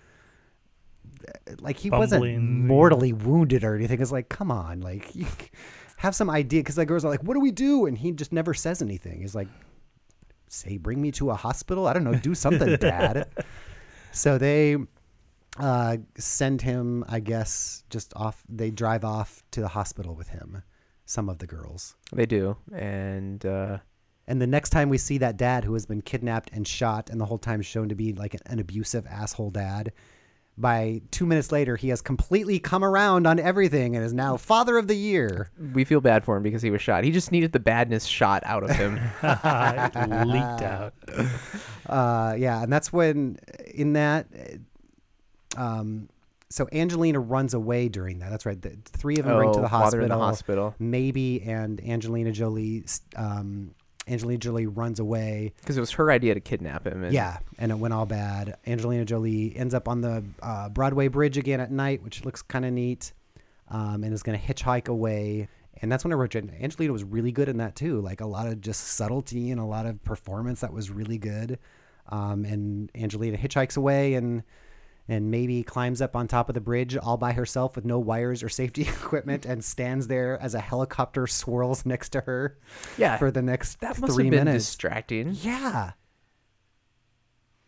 Speaker 1: like he wasn't
Speaker 5: Bumbling.
Speaker 1: mortally wounded or anything. It's like come on, like you have some idea because the girls are like, what do we do? And he just never says anything. He's like, say, bring me to a hospital. I don't know, do something, Dad. So they uh, send him, I guess, just off. They drive off to the hospital with him. Some of the girls.
Speaker 6: They do, and uh,
Speaker 1: And the next time we see that dad who has been kidnapped and shot and the whole time shown to be like an, an abusive asshole dad, by two minutes later, he has completely come around on everything and is now father of the year.
Speaker 6: we feel bad for him because he was shot. He just needed the badness shot out of him.
Speaker 5: It leaked out.
Speaker 1: Uh, yeah. And that's when, in that, uh, um, so Angelina runs away during that. That's right. The three of them bring to
Speaker 6: Oh,
Speaker 1: the
Speaker 6: father
Speaker 1: hospital.
Speaker 6: in the hospital.
Speaker 1: Maybe and Angelina Jolie. Um, Angelina Jolie runs away.
Speaker 6: Because it was her idea to kidnap him. And
Speaker 1: Yeah, and it went all bad. Angelina Jolie ends up on the uh, Broadway Bridge again at night, which looks kind of neat, um, and is going to hitchhike away. And that's when I wrote Jen- Angelina was really good in that too, like a lot of just subtlety and a lot of performance that was really good. Um, and Angelina hitchhikes away and and maybe climbs up on top of the bridge all by herself with no wires or safety equipment and stands there as a helicopter swirls next to her
Speaker 6: Yeah.
Speaker 1: for the next
Speaker 6: that must
Speaker 1: three
Speaker 6: have been
Speaker 1: minutes.
Speaker 6: distracting.
Speaker 1: Yeah.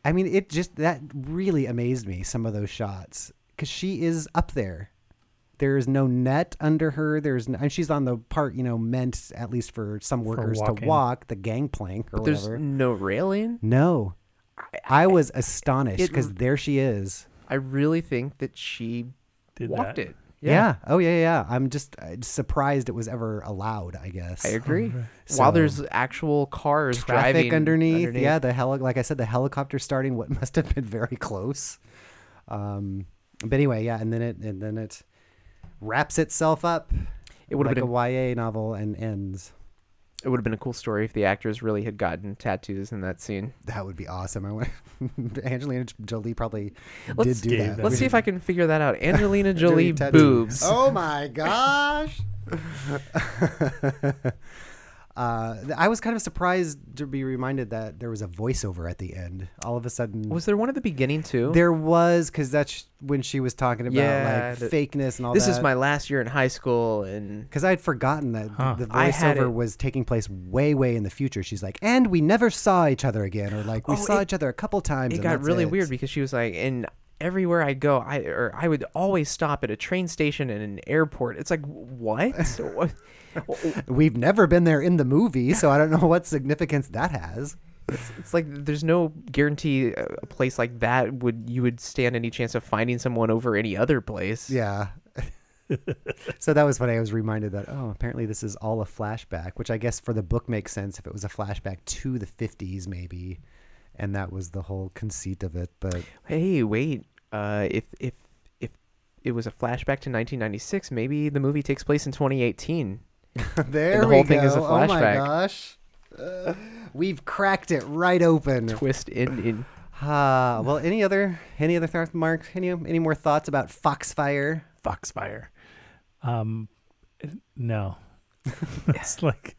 Speaker 1: I mean, it just that really amazed me. Some of those shots because she is up there. There is no net under her. There's no, and she's on the part you know meant at least for some workers to
Speaker 5: walking.
Speaker 1: walk the gangplank or
Speaker 6: There's
Speaker 1: whatever.
Speaker 6: no railing.
Speaker 1: No, I was astonished
Speaker 6: it-
Speaker 1: because there she is.
Speaker 6: I really think that she
Speaker 5: Did
Speaker 6: walked
Speaker 5: that.
Speaker 6: it.
Speaker 1: Yeah. Oh yeah, yeah, yeah. I'm just uh, surprised it was ever allowed. I guess.
Speaker 6: I agree. While
Speaker 1: So-
Speaker 6: there's actual cars
Speaker 1: traffic
Speaker 6: driving
Speaker 1: underneath. Yeah, the heli- like I said, the helicopter starting what must have been very close. Um, but anyway, yeah, and then it and then it wraps itself up
Speaker 6: It would've
Speaker 1: like
Speaker 6: been-
Speaker 1: a YA novel and ends.
Speaker 6: It would have been a cool story if the actors really had gotten tattoos in that scene.
Speaker 1: That would be awesome. I went, Angelina Jolie probably
Speaker 6: Let's-
Speaker 1: did do
Speaker 5: Yeah,
Speaker 1: that.
Speaker 5: that
Speaker 6: Let's see if I can figure that out. Angelina
Speaker 1: Dirty
Speaker 6: Jolie
Speaker 1: tattoo.
Speaker 6: boobs.
Speaker 1: Oh my gosh. Uh, th- I was kind of surprised to be reminded that there was a voiceover at the end. All of a sudden,
Speaker 6: Was there one at the beginning too?
Speaker 1: There was because that's when she was talking about
Speaker 6: Yeah,
Speaker 1: like
Speaker 6: the-
Speaker 1: fakeness and all
Speaker 6: this
Speaker 1: that.
Speaker 6: is my last year in high school, and
Speaker 1: because I had forgotten that th- the
Speaker 6: I had
Speaker 1: voiceover
Speaker 6: it-
Speaker 1: was taking place way, way in the future. She's like, and we never saw each other again, or like we
Speaker 6: Oh,
Speaker 1: saw
Speaker 6: it-
Speaker 1: each other a couple times.
Speaker 6: it
Speaker 1: and
Speaker 6: got
Speaker 1: that's
Speaker 6: really
Speaker 1: it."
Speaker 6: weird because she was like, and everywhere I go, I or I would always stop at a train station and an airport. It's like what? What-
Speaker 1: We've never been there in the movie, so I don't know what significance that has.
Speaker 6: it's like there's no guarantee uh, a a place like that would you would stand any chance of finding someone over any other place.
Speaker 1: Yeah. so that was what I was reminded that oh, apparently this is all a flashback, which I guess for the book makes sense if it was a flashback to the fifties, maybe, and that was the whole conceit of it. But
Speaker 6: Hey, wait. Uh, if if if it was a flashback to 1996, maybe the movie takes place in 2018.
Speaker 1: There
Speaker 6: the
Speaker 1: we
Speaker 6: whole thing is a
Speaker 1: go. Oh my
Speaker 6: flashback.
Speaker 1: gosh. Uh, we've cracked it right open.
Speaker 6: Twist ending.
Speaker 1: Ah, well, any other any other thoughts, Mark? Any any more thoughts about Foxfire?
Speaker 5: Foxfire. Um, no. it's like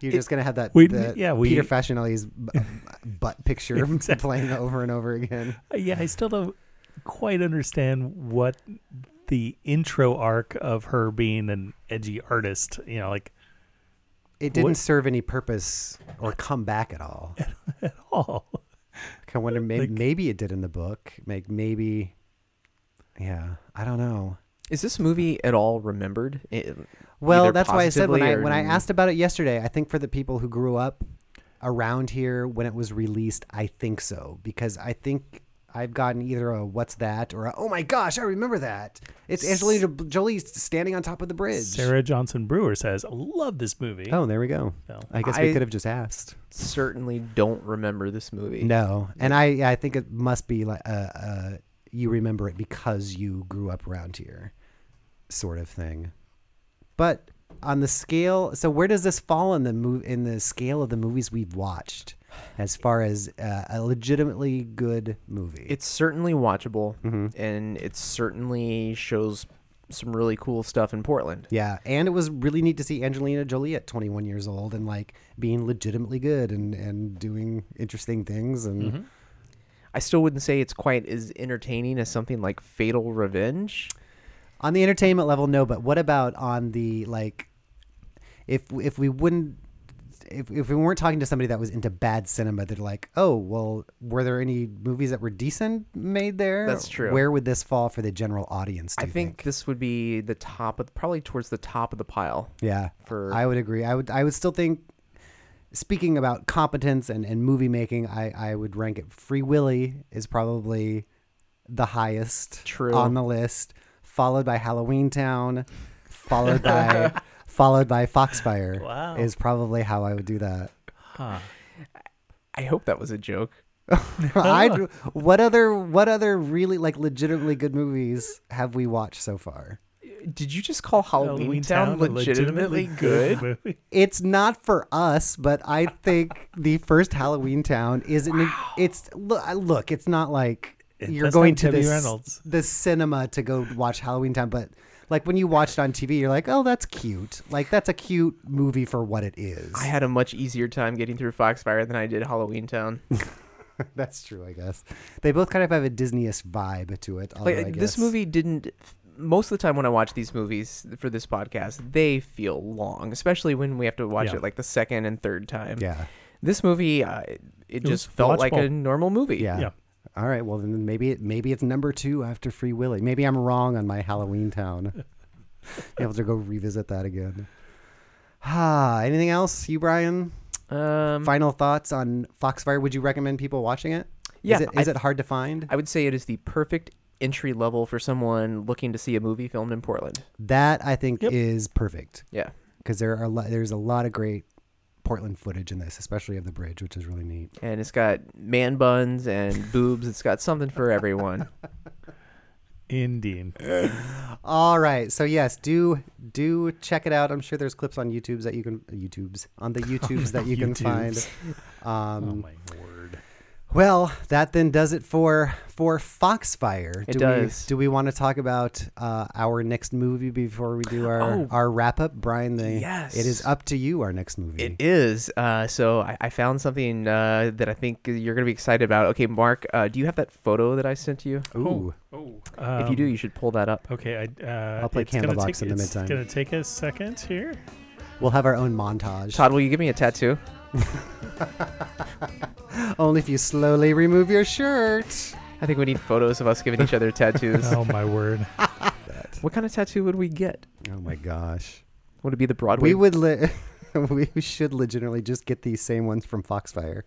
Speaker 1: You're just gonna have that
Speaker 5: We-
Speaker 1: that
Speaker 5: yeah, we-
Speaker 1: Peter Fashionelli's b- butt picture playing over and over again.
Speaker 5: yeah, I still don't quite understand what the intro arc of her being an edgy artist, you know, like
Speaker 1: It didn't serve any purpose or come back at all.
Speaker 5: oh,
Speaker 1: I wonder maybe,
Speaker 5: Like-
Speaker 1: maybe it did in the book. Like maybe, yeah, I don't know.
Speaker 6: Is this movie at all remembered? It-
Speaker 1: Well,
Speaker 6: either
Speaker 1: that's why I said when I
Speaker 6: positively or
Speaker 1: when I
Speaker 6: n-
Speaker 1: asked about it yesterday, I think for the people who grew up around here when it was released, I think so because I think I've gotten either a what's that or a, oh my gosh, I remember that. It's Angelina Jolie standing on top of the bridge.
Speaker 5: Sarah Johnson Brewer says, I love this movie.
Speaker 1: Oh, there we go.
Speaker 5: No.
Speaker 1: I guess we
Speaker 6: I-
Speaker 1: could have just asked.
Speaker 6: certainly don't remember this movie.
Speaker 1: No, and I I think it must be like uh, uh, you remember it because you grew up around here, sort of thing. But on the scale, so where does this fall in the mov- in the scale of the movies we've watched, as far as uh, a legitimately good movie?
Speaker 6: It's certainly watchable,
Speaker 1: Mm-hmm.
Speaker 6: and it certainly shows some really cool stuff in Portland.
Speaker 1: yeah, and it was really neat to see Angelina Jolie at 21 years old and like being legitimately good and and doing interesting things and
Speaker 6: I still wouldn't say it's quite as entertaining as something like Fatal Revenge.
Speaker 1: on the entertainment level no but what about on the like if if we wouldn't if, if we weren't talking to somebody that was into bad cinema they're like oh well were there any movies that were decent made there
Speaker 6: That's true.
Speaker 1: where would this fall for the general audience do
Speaker 6: I
Speaker 1: you
Speaker 6: think this would be the top of probably towards the top of the pile.
Speaker 1: yeah
Speaker 6: for-
Speaker 1: i would agree i would i would still think speaking about competence and, and movie making i i would rank it free willy is probably the highest
Speaker 6: True.
Speaker 1: on the list followed by halloween town followed by followed by foxfire
Speaker 5: Wow.
Speaker 1: is probably how i would do that
Speaker 5: Huh.
Speaker 6: I hope that was a joke.
Speaker 1: I'd, what other what other really like legitimately good movies have we watched so far
Speaker 6: Did you just call Halloween, Town,
Speaker 5: a
Speaker 6: legitimately, good?
Speaker 5: movie.
Speaker 1: it's not for us, but I think the first Halloween Town is an, it's look, look, it's not like
Speaker 5: It-
Speaker 1: you're
Speaker 5: that's
Speaker 1: going
Speaker 5: not
Speaker 1: to
Speaker 5: Debbie
Speaker 1: this,
Speaker 5: Reynolds.
Speaker 1: the cinema to go watch Halloween Town, but Like when you watched on TV, you're like, oh, that's cute. Like that's a cute movie for what it is.
Speaker 6: I had a much easier time getting through Foxfire than I did Halloween Town.
Speaker 1: that's true, I guess. They both kind of have a Disney-esque vibe to it. although I
Speaker 6: like uh, this
Speaker 1: guess-
Speaker 6: movie didn't most of the time when i watch these movies for this podcast they feel long especially when we have to watch
Speaker 5: Yeah.
Speaker 6: it like the second and third time
Speaker 1: Yeah.
Speaker 6: this movie uh, it, it
Speaker 5: was
Speaker 6: just felt like a
Speaker 5: watchable.
Speaker 6: normal movie
Speaker 1: Yeah.
Speaker 5: Yeah.
Speaker 1: All right. Well, then maybe it, maybe it's number two after Free Willy. Maybe I'm wrong on my Halloween Town. Be able to go revisit that again. Ah, anything else, you Brian?
Speaker 6: um
Speaker 1: Final thoughts on Foxfire? Would you recommend people watching it?
Speaker 6: Yeah,
Speaker 1: Is it, is
Speaker 6: I-
Speaker 1: it hard to find?
Speaker 6: i would say it is the perfect entry level for someone looking to see a movie filmed in portland
Speaker 1: that I think
Speaker 5: Yep.
Speaker 1: is perfect
Speaker 6: yeah
Speaker 1: because there are a lot, there's a lot of great Portland footage in this, especially of the bridge, which is really neat.
Speaker 6: and it's got man buns and boobs it's got something for everyone
Speaker 5: Indeed.
Speaker 1: All right. So yes, do do check it out. I'm sure there's clips on YouTube's that you can YouTube's on the YouTube's that you can find.
Speaker 5: YouTubes.
Speaker 1: Um,
Speaker 5: Oh my word.
Speaker 1: Well, that then does it for for Foxfire.
Speaker 6: It
Speaker 1: do
Speaker 6: does.
Speaker 1: We, do we want to talk about uh, our next movie before we do our
Speaker 6: Oh.
Speaker 1: our wrap up, Brian? The,
Speaker 6: Yes.
Speaker 1: It is up to you. Our next movie.
Speaker 6: It is. Uh, so I, I found something uh, that I think you're going to be excited about. Okay, Mark, uh, do you have that photo that I sent to you?
Speaker 1: Ooh.
Speaker 5: Oh.
Speaker 6: if you do, you should pull that up.
Speaker 5: Okay, I, uh,
Speaker 1: I'll play
Speaker 5: it's gonna
Speaker 1: Candlebox
Speaker 5: take-
Speaker 1: in the
Speaker 5: it's
Speaker 1: meantime.
Speaker 5: gonna take a second here.
Speaker 1: We'll have our own montage.
Speaker 6: Todd, will you give me a tattoo?
Speaker 1: Only if you slowly remove your shirt.
Speaker 6: I think we need photos of us giving each other tattoos.
Speaker 5: Oh my word.
Speaker 6: What kind of tattoo would we get?
Speaker 1: Oh my gosh.
Speaker 6: Would it be the Broadway?
Speaker 1: We would li- we should legitimately just get these same ones from Foxfire.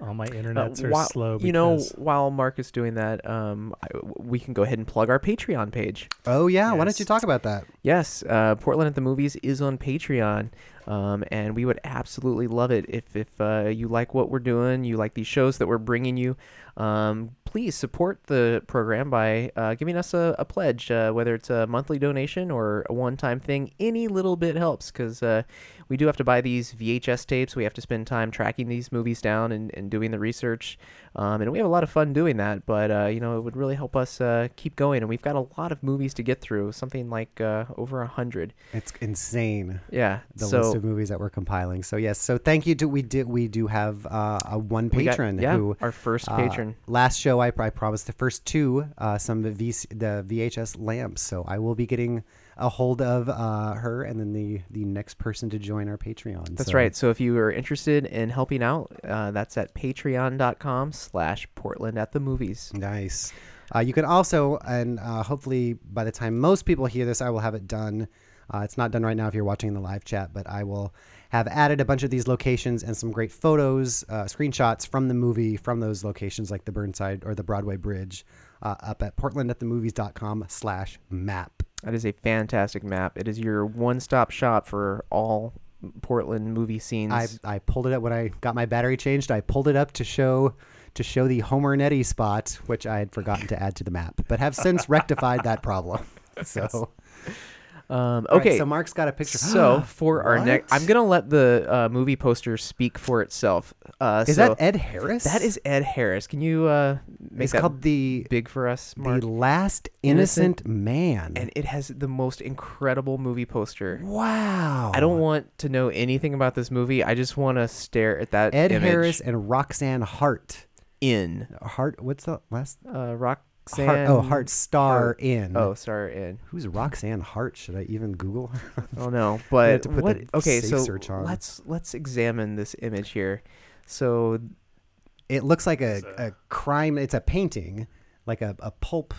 Speaker 5: All my
Speaker 6: Uh,
Speaker 5: internets
Speaker 6: whi-
Speaker 5: are slow.
Speaker 6: you know,
Speaker 5: because-
Speaker 6: while Mark is doing that, um, I, we can go ahead and plug our Patreon page.
Speaker 1: Oh yeah, why don't
Speaker 5: Yes.
Speaker 1: you talk about that?
Speaker 6: Yes, uh, Portland at the Movies is on Patreon, um, and we would absolutely love it if if uh, you like what we're doing, you like these shows that we're bringing you. Um, please support the program by uh, giving us a, a pledge, uh, whether it's a monthly donation or a one-time thing. Any little bit helps because uh, we do have to buy these VHS tapes. We have to spend time tracking these movies down and, and doing the research, um, and we have a lot of fun doing that. But uh, you know, it would really help us uh, keep going. And we've got a lot of movies to get through, something like uh, over a hundred.
Speaker 1: It's insane.
Speaker 6: Yeah.
Speaker 1: The
Speaker 6: so
Speaker 1: list of movies that we're compiling. So yes, so thank you to we did we do have uh, a one
Speaker 6: we got-
Speaker 1: patron
Speaker 6: yeah,
Speaker 1: who
Speaker 6: our first
Speaker 1: uh,
Speaker 6: patron.
Speaker 1: last show I, I promised the first two uh, some of the VC, the VHS lamps. So I will be getting a hold of uh, her and then the the next person to join our Patreon.
Speaker 6: That's
Speaker 1: So
Speaker 6: right. So if you are interested in helping out, uh, that's at patreon.com slash Portland at the movies.
Speaker 1: Nice. Uh, you can also, and uh, hopefully by the time most people hear this, I will have it done. Uh, it's not done right now if you're watching in the live chat, but I will have added a bunch of these locations and some great photos, uh, screenshots from the movie from those locations, like the Burnside or the Broadway Bridge, uh, up at portlandatthemovies.com slash map.
Speaker 6: That is a fantastic map. It is your one stop shop for all Portland movie scenes.
Speaker 1: I, I pulled it up when I got my battery changed. I pulled it up to show to show the Homer and Eddie spot, which I had forgotten to add to the map, but have since rectified that problem. So.
Speaker 6: um,
Speaker 1: All right,
Speaker 6: okay.
Speaker 1: so Mark's got a picture.
Speaker 6: So, for our next,
Speaker 1: What?
Speaker 6: I'm gonna let the uh, movie poster speak for itself. Uh,
Speaker 1: is
Speaker 6: so
Speaker 1: that Ed Harris?
Speaker 6: That is Ed Harris. Can you uh, make
Speaker 1: It's
Speaker 6: that
Speaker 1: called the
Speaker 6: big for us, Mark?
Speaker 1: the Last Innocent, Man.
Speaker 6: and it has the most incredible movie poster.
Speaker 1: wow.
Speaker 6: I don't want to know anything about this movie. I just want to stare at that
Speaker 1: Ed
Speaker 6: image
Speaker 1: Harris and Roxanne Hart.
Speaker 6: in
Speaker 1: Hart. What's the last?
Speaker 6: uh,
Speaker 1: Hart,
Speaker 6: Roxanne.
Speaker 1: oh, Hart star in.
Speaker 6: Oh, sorry, in.
Speaker 1: Who's Roxanne Hart? Should I even Google her?
Speaker 6: Oh no,
Speaker 1: have
Speaker 6: but
Speaker 1: to put
Speaker 6: what?
Speaker 1: the
Speaker 6: Okay,
Speaker 1: safe
Speaker 6: so
Speaker 1: search on.
Speaker 6: let's let's examine this image here. So
Speaker 1: it looks like a, a crime. It's a painting, like a, a pulp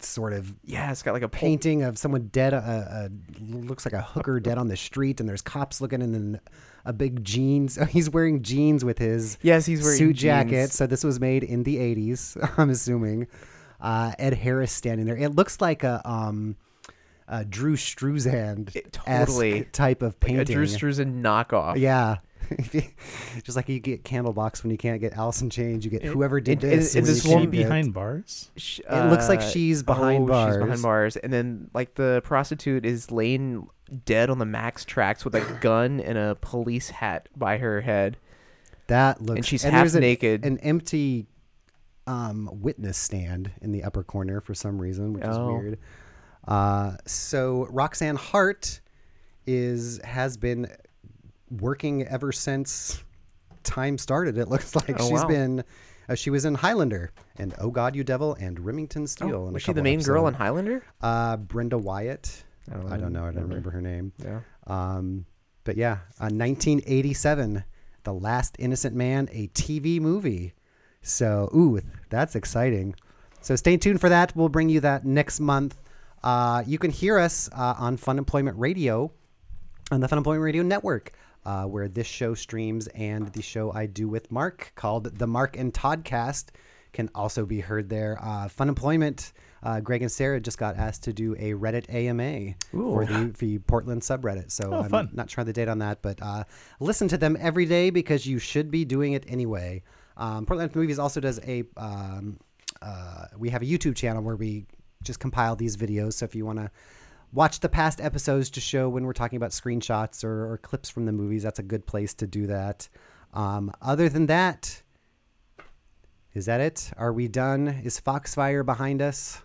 Speaker 1: sort of
Speaker 6: yeah, it's got like a pulp
Speaker 1: painting of someone dead. Uh, uh, looks like a hooker dead on the street, and there's cops looking, and then a big jeans. He's wearing jeans with his
Speaker 6: Yes, he's wearing
Speaker 1: suit
Speaker 6: jeans.
Speaker 1: jacket. So this was made in the '80s, I'm assuming. Uh, Ed Harris standing there. It looks like a um, a Drew Struzan
Speaker 6: It- totally.
Speaker 1: type of painting.
Speaker 6: a Drew Struzan knockoff.
Speaker 1: yeah. If you- Just like you get Candlebox when you can't get Allison Change, you get whoever did
Speaker 6: it- it-
Speaker 1: this.
Speaker 6: it-
Speaker 1: when
Speaker 6: this
Speaker 5: Is
Speaker 1: you
Speaker 5: she
Speaker 1: can't
Speaker 6: one
Speaker 1: get-
Speaker 5: behind bars?
Speaker 6: Sh-
Speaker 1: It looks like
Speaker 6: uh,
Speaker 1: she's behind
Speaker 6: oh, She's
Speaker 1: bars.
Speaker 6: behind bars, and then like the prostitute is laying dead on the max tracks with a gun and a police hat by her head.
Speaker 1: That looks.
Speaker 6: she's
Speaker 1: there's
Speaker 6: half
Speaker 1: an-
Speaker 6: naked.
Speaker 1: An empty um, witness stand in the upper corner for some reason, which
Speaker 6: Oh.
Speaker 1: is weird. Uh, so Roxanne Hart is has been working ever since time started. It looks like
Speaker 6: Oh,
Speaker 1: she's
Speaker 6: wow.
Speaker 1: been. Uh, she was in Highlander and Oh God, You Devil and Remington Steel. Oh, in a
Speaker 6: Oh, was she the
Speaker 1: couple
Speaker 6: main girl
Speaker 1: episodes.
Speaker 6: in Highlander?
Speaker 1: Uh, Brenda Wyatt. I don't, know. I don't remember her name.
Speaker 6: Yeah.
Speaker 1: Um, but yeah, uh, 1987, The Last Innocent Man, a TV movie. So, ooh, that's exciting. So stay tuned for that. We'll bring you that next month. Uh, you can hear us uh, on Fun Employment Radio on the Fun Employment Radio Network, uh, where this show streams and the show I do with Mark called The Mark and Toddcast can also be heard there. Uh, Fun Employment, uh, Greg and Sarah just got asked to do a Reddit AMA for the, the Portland subreddit. So I'm
Speaker 5: fun.
Speaker 1: not sure on the date on that, but uh, listen to them every day because you should be doing it anyway. Um, Portland Movies also does a, um, uh, we have a YouTube channel where we just compile these videos. So if you want to watch the past episodes to show when we're talking about screenshots or, or clips from the movies, that's a good place to do that. Um, other than that, is that it? Are we done? Is Foxfire behind us?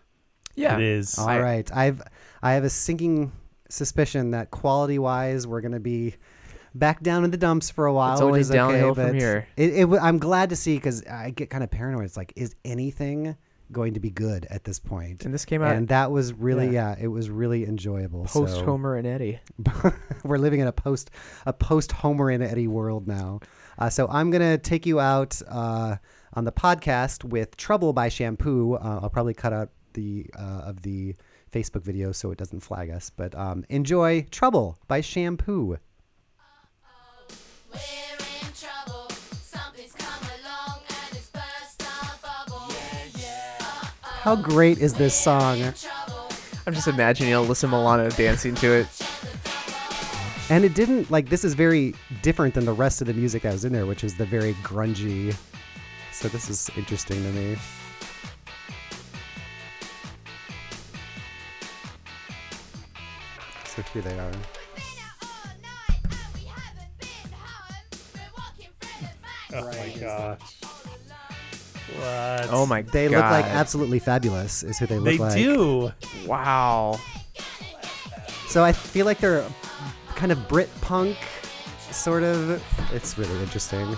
Speaker 6: Yeah. Oh,
Speaker 5: It is.
Speaker 1: All right. I've I have a sinking suspicion that quality wise we're gonna be back down in the dumps for a while.
Speaker 6: It's
Speaker 1: which
Speaker 6: only
Speaker 1: is
Speaker 6: downhill
Speaker 1: okay,
Speaker 6: from
Speaker 1: but
Speaker 6: here.
Speaker 1: It, it, wa- I'm glad to see because I get kind of paranoid. It's like, is anything going to be good at this point?
Speaker 6: And this came out
Speaker 1: and that was really yeah, it was really enjoyable. so-
Speaker 6: post Homer and Eddie.
Speaker 1: we're living in a post a post Homer and Eddie world now. Uh, so I'm gonna take you out uh, on the podcast with "Trouble" by Shampoo. Uh, I'll probably cut out the uh, of the Facebook video so it doesn't flag us. But um, enjoy "Trouble" by Shampoo.
Speaker 4: We're in trouble. Something's come along and it's burst our bubble.
Speaker 1: How great is this song?
Speaker 6: I'm just imagining Alyssa Milano dancing to it.
Speaker 1: And it didn't like this is very different than the rest of the music that was in there, which is the very grungy. So this is interesting to me. So here they are.
Speaker 4: We've been out all night and we haven't been home. We're walking through the back
Speaker 5: Oh my gosh. What?
Speaker 6: Oh my
Speaker 1: They
Speaker 6: god.
Speaker 1: look like absolutely fabulous. Is who they look
Speaker 5: They
Speaker 1: like.
Speaker 5: do.
Speaker 6: Wow.
Speaker 1: So I feel like they're kind of Brit punk, sort of. It's really interesting.